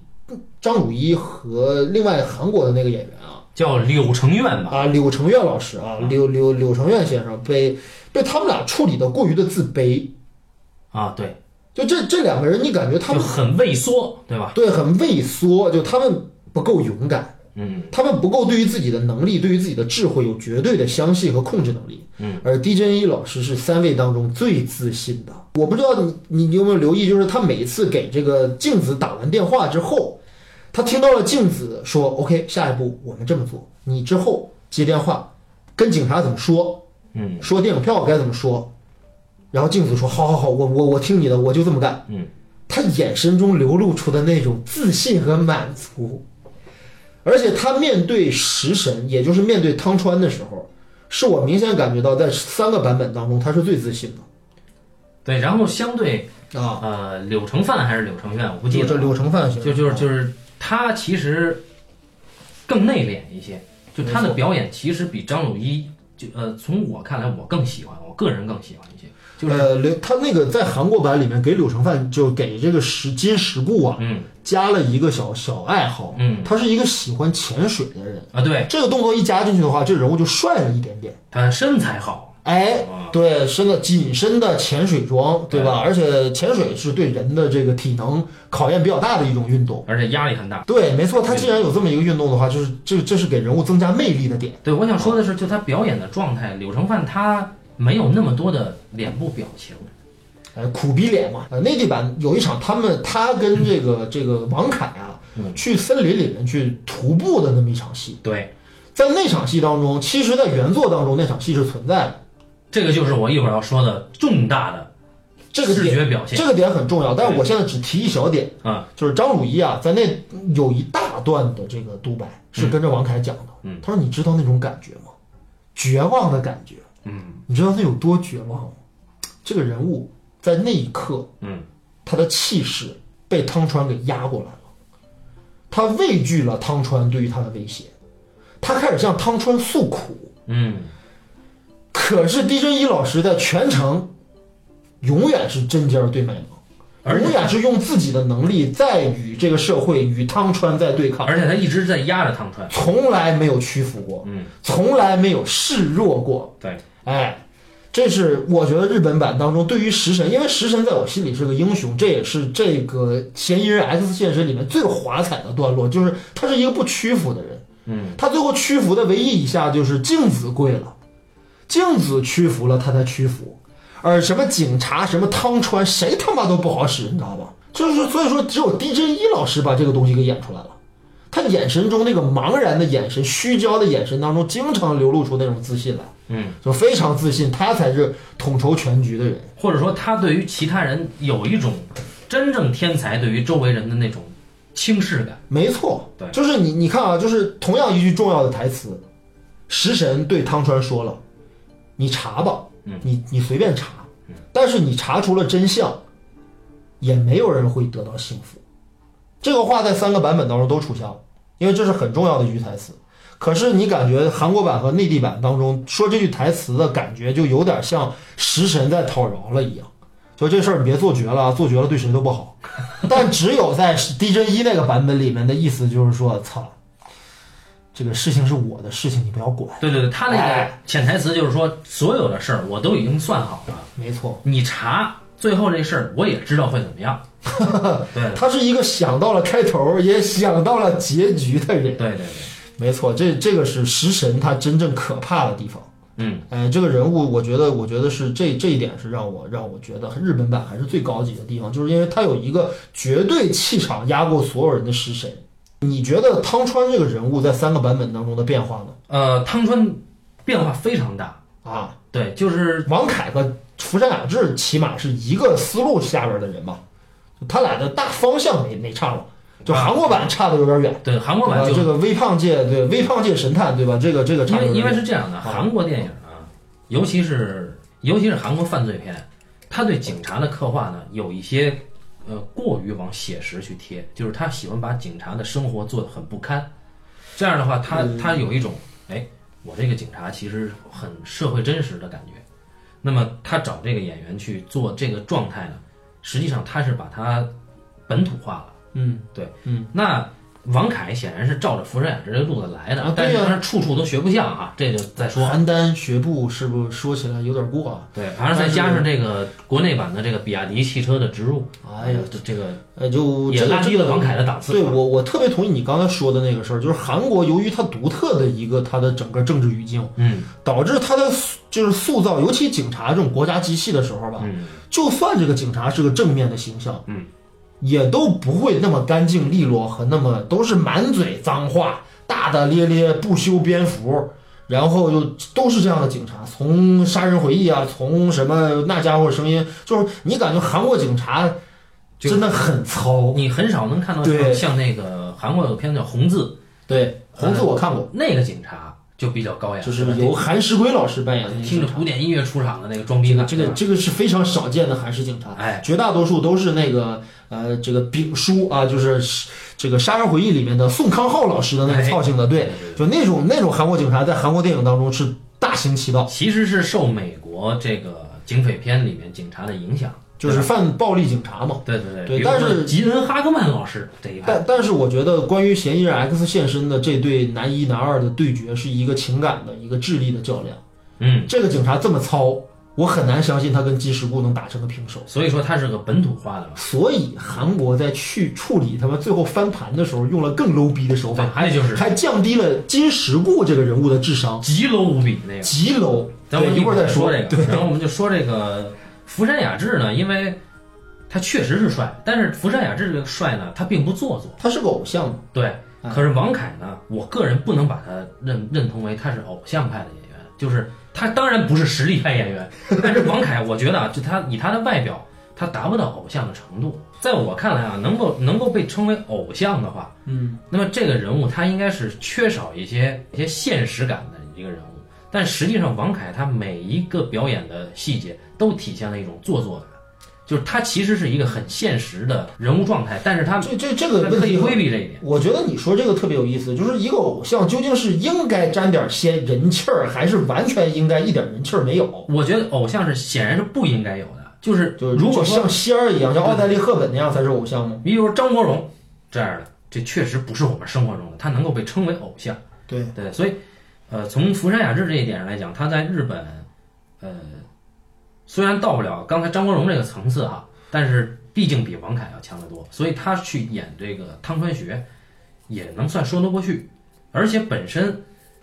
张鲁一和另外韩国的那个演员啊叫柳承院吧，啊柳承院老师啊柳柳柳承院先生被被他们俩处理的过于的自卑，啊，对，就这这两个人，你感觉他就们很畏缩，对吧？对很畏缩，就他们不够勇敢。嗯他们不够对于自己的能力、对于自己的智慧有绝对的相信和控制能力。嗯，而 DJ 老师是三位当中最自信的。我不知道你你你有没有留意，就是他每次给这个镜子打完电话之后，他听到了镜子说 “OK，下一步我们这么做”，你之后接电话跟警察怎么说，嗯说电影票该怎么说，然后镜子说：“好好好，我我我听你的，我就这么干。”嗯，他眼神中流露出的那种自信和满足，而且他面对食神，也就是面对汤川的时候，是我明显感觉到在三个版本当中他是最自信对。然后相对的啊。呃，柳承范还是柳承院，我不记就得这了，柳成范型，就就是就是他其实更内敛一些，就他没的错表演其实比张鲁一就呃，从我看来我更喜欢，我个人更喜欢一些，就是呃柳他那个在韩国版里面给柳成范就给这个石金石固啊嗯加了一个小小爱好，嗯他是一个喜欢潜水的人，啊，对，这个动作一加进去的话，这人物就帅了一点点。他身材好，哎啊，哎对，身的紧身的潜水装，对吧？而且潜水是对人的这个体能考验比较大的一种运动。而且压力很大。对，没错，他既然有这么一个运动的话，就是这这是给人物增加魅力的点。对，我想说的是，就他表演的状态，柳承范他没有那么多的脸部表情，呃，苦逼脸嘛。呃，内地版有一场，他们他跟这个这个王凯啊，嗯去森林里面去徒步的那么一场戏，对，在那场戏当中，其实在原作当中那场戏是存在的。这个就是我一会儿要说的重大的这个视点觉表现这个点很重要，但是我现在只提一小点，啊，就是张鲁一啊，在那有一大段的这个独白是跟着王凯讲的，嗯他说你知道那种感觉吗？绝望的感觉，嗯你知道那有多绝望吗？这个人物在那一刻，嗯他的气势被汤川给压过来了，他畏惧了汤川对于他的威胁，他开始向汤川诉苦，嗯可是 DJ 一老师在全程永远是针尖儿对麦而且芒，永远是用自己的能力在与这个社会、与汤川在对抗，而且他一直在压着汤川，从来没有屈服过，嗯，从来没有示弱过。对，哎，这是我觉得日本版当中对于食神，因为食神在我心里是个英雄，这也是这个《嫌疑人 X 现实》里面最华彩的段落，就是他是一个不屈服的人。嗯他最后屈服的唯一一下就是镜子跪了，镜子屈服了，他才屈服。而什么警察、什么汤川，谁他妈都不好使，你知道吧？就是所以说，只有 DJ 一老师把这个东西给演出来了。他眼神中那个茫然的眼神、虚焦的眼神当中，经常流露出那种自信来，嗯，就非常自信，他才是统筹全局的人。或者说他对于其他人有一种真正天才对于周围人的那种轻视感，没错，对就是你你看啊，就是同样一句重要的台词，食神对汤川说了：“你查吧，嗯你你随便查，但是你查出了真相，也没有人会得到幸福。”这个话在三个版本当中都出现了，因为这是很重要的一句台词。可是你感觉韩国版和内地版当中说这句台词的感觉，就有点像食神在讨饶了一样，说这事儿你别做绝了啊，做绝了对谁都不好。 但只有在 DJ 一那个版本里面的意思就是说，操，这个事情是我的事情，你不要管。对对对，他那个哎潜台词就是说，所有的事儿我都已经算好了，没错，你查最后这事儿我也知道会怎么 样，对他是一个想到了开头，也想到了结局的人。对对对，没错，这这个是食神他真正可怕的地方。嗯哎，这个人物，我觉得，我觉得是这这一点是让我让我觉得日本版还是最高级的地方，就是因为他有一个绝对气场压过所有人的食神。你觉得汤川这个人物在三个版本当中的变化呢？呃，汤川变化非常大，啊，对，就是王凯和福山雅治起码是一个思路下边的人吧，就他俩的大方向没没差了，就韩国版差的有点远。对啊韩对国版吧？就这个微胖界对微胖界神探对吧？这个这个啊差因为得有点因为远是这样的，韩国电影啊，尤其是尤其是韩国犯罪片，他对警察的刻画呢，有一些呃过于往写实去贴，就是他喜欢把警察的生活做得很不堪。这样的话，他他有一种哎，我这个警察其实很社会真实的感觉。那么他找这个演员去做这个状态呢，实际上他是把他本土化了。嗯对，嗯，那王凯显然是照着福山雅治这路子来的，啊但对是呀他处处都学不像啊，这就再 说。邯郸学步是不是说起来有点过啊？对，反正再加上这个国内版的这个比亚迪汽车的植入，哎呀，这这个呃，就也这个拉低这了个王凯的档次。啊对我，我特别同意你刚才说的那个事儿，就是韩国由于它独特的一个它的整个政治语境，嗯导致它的就是塑造，尤其警察这种国家机器的时候吧，嗯，就算这个警察是个正面的形象，嗯，也都不会那么干净利落和那么都是满嘴脏话、大大咧咧、不修边幅，然后就都是这样的警察。从《杀人回忆》啊，从什么那家伙声音，就是你感觉韩国警察就真的很糙。你很少能看到像对像那个韩国有片叫《红字对，红字我看过，》，那个警察就比较高雅，就是由韩石圭老师扮演的那个哎听着警察古典音乐出场的那个装逼啊感。这个这个是非常少见的韩式警察，哎，绝大多数都是那个呃这个丙叔啊，就是这个《杀人回忆》里面的宋康昊老师的哎那个操性的，对，就那种那种韩国警察在韩国电影当中是大行其道，其实是受美国这个警匪片里面警察的影响。就是犯暴力警察嘛。对对对，对比如说但是吉恩哈克曼老师这一派，但但是我觉得，关于嫌疑人 X 现身的这对男一男二的对决，是一个情感的一个智力的较量。嗯，这个警察这么糙，我很难相信他跟金石固能打成个平手。所以说他是个本土化的嘛。所以韩国在去处理他们最后翻盘的时候，用了更 low 逼的手对法，，还有就是还降低了金石固这个人物的智商，极 low 无比那个。极 low。咱们对一会儿再说说这个，然后我们就说这个福山雅治呢，因为他确实是帅，但是福山雅治这个帅呢，他并不做作，他是个偶像嘛，对。嗯可是王凯呢，我个人不能把他认认同为他是偶像派的演员，就是他当然不是实力派演员，但是王凯，我觉得啊，就他以他的外表它达不到偶像的程度。在我看来啊，能够能够被称为偶像的话，嗯，那么这个人物他应该是缺少一些一些现实感的一个人物。但实际上，王凯他每一个表演的细节都体现了一种做作感，就是他其实是一个很现实的人物状态，但是他这这这个他问刻题意很规避这一点。我觉得你说这个特别有意思，就是一个偶像究竟是应该沾点些人气儿，还是完全应该一点人气儿没有？我觉得偶像是显然是不应该有的，就是就是如果就说像仙儿一样，像奥黛丽·赫本那样才是偶像吗？你比如说张国荣这样的，这确实不是我们生活中的，他能够被称为偶像。对，对，所以，呃，从福山雅治这一点上来讲，他在日本，呃，虽然到不了刚才张国荣这个层次哈，但是毕竟比王凯要强得多，所以他去演这个汤川学，也能算说得过去。而且本身，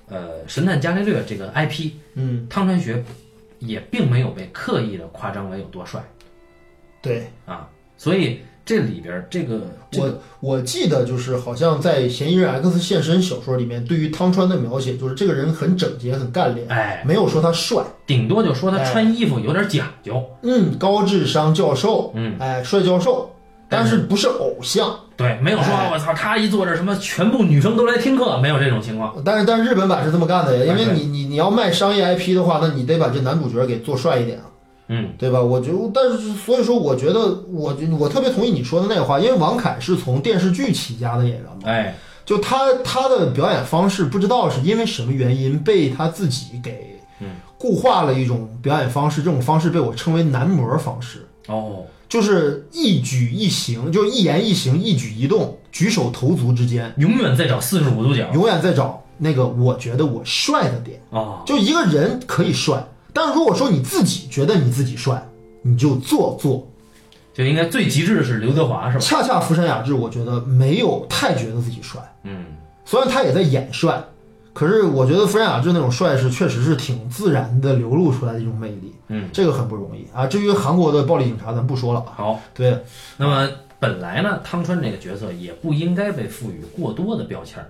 呃，《神探伽利略》这个 IP，嗯，汤川学也并没有被刻意的夸张为有多帅对啊，所以这里边儿这个这我我记得就是好像在《嫌疑人 X 现身》小说里面，对于汤川的描写就是这个人很整洁、很干练，哎，没有说他帅，顶多就说他哎穿衣服有点讲究，嗯，高智商教授，嗯，哎，帅教授，但是不是偶像。对，没有说哎我操，他一坐这什么全部女生都来听课，没有这种情况。但是但是日本版是这么干的呀，因为哎你你你要卖商业 IP 的话，那你得把这男主角给做帅一点啊。嗯，对吧？我觉得，但是所以说，我觉得我我特别同意你说的那个话，因为王凯是从电视剧起家的演员嘛，哎，就他他的表演方式，不知道是因为什么原因被他自己给嗯固化了一种表演方式，这种方式被我称为男模方式，哦，就是一举一行，就是一言一行、一举一动、举手投足之间，永远在找四十五度角永远在找那个我觉得我帅的点。哦，就一个人可以帅，但如果说你自己觉得你自己帅，你就做作。就应该最极致的是刘德华是吧？恰恰福山雅治，我觉得没有太觉得自己帅，嗯，虽然他也在演帅，可是我觉得福山雅治那种帅是确实是挺自然的流露出来的一种魅力，嗯，这个很不容易啊。至于韩国的暴力警察，咱不说了啊。好。对，那么本来呢，汤川这个角色也不应该被赋予过多的标签儿，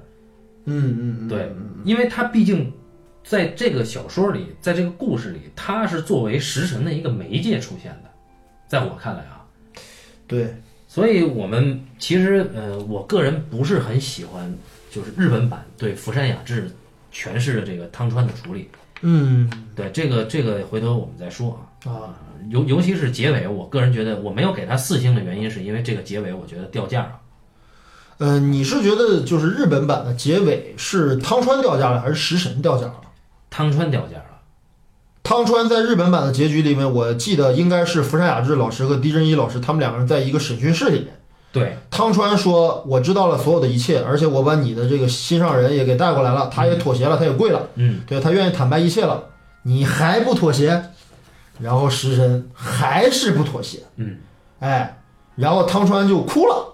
嗯嗯嗯，对，因为他毕竟在这个小说里，在这个故事里，他是作为食神的一个媒介出现的，在我看来啊，对，所以我们其实呃，我个人不是很喜欢，就是日本版对福山雅治诠释的这个汤川的处理。嗯对这个这个回头我们再说啊。啊，尤尤其是结尾，我个人觉得我没有给他四星的原因，是因为这个结尾我觉得掉价了。呃，你是觉得就是日本版的结尾是汤川掉价了，还是食神掉价了？汤川掉价了。汤川在日本版的结局里面，我记得应该是福山雅治老师和狄真一老师他们两个人在一个审讯室里面。对，汤川说：“我知道了所有的一切，而且我把你的这个心上人也给带过来了，他也妥协了，他也跪了，嗯，对他愿意坦白一切了，你还不妥协？”然后石神还是不妥协，嗯，哎，然后汤川就哭了，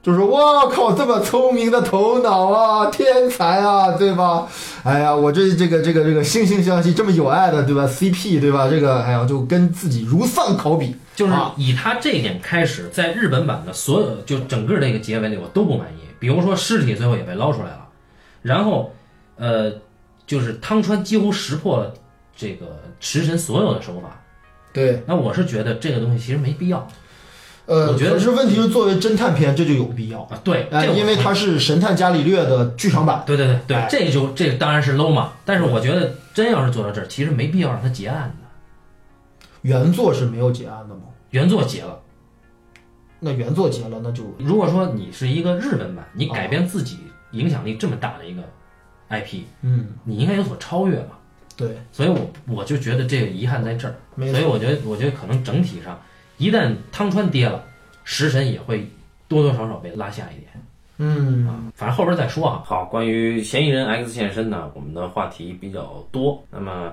就说：“我靠，这么聪明的头脑啊，天才啊，对吧？哎呀，我这这个这个这个惺惺相惜，这么有爱的，对吧？CP 对吧？这个哎呀，就跟自己如丧考妣，就是啊以他这一点开始，在日本版的所有就整个这个结尾里，我都不满意。比如说尸体最后也被捞出来了，然后，呃，就是汤川几乎识破了这个食神所有的手法。对，那我是觉得这个东西其实没必要啊呃，我觉得可是问题是，作为侦探片，这就有必要，啊。对，哎，这我因为它是《神探伽利略》的剧场版。对对对对哎，这就这当然是 low 嘛。但是我觉得真要是做到这儿，其实没必要让他结案的。原作是没有结案的嘛？原作结了，那原作结了，那就如果说你是一个日本版，你哦改编自己影响力这么大的一个 IP，嗯，你应该有所超越嘛。对，所以我我就觉得这个遗憾在这儿。没所以错。我觉得，我觉得可能整体上，一旦汤川跌了，食神也会多多少少被拉下一点。嗯，啊，反正后边再说啊。好，关于嫌疑人 X 现身呢，我们的话题比较多，那么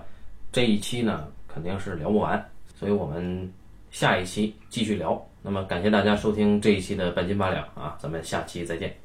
这一期呢肯定是聊不完，所以我们下一期继续聊。那么感谢大家收听这一期的半斤八两啊，咱们下期再见。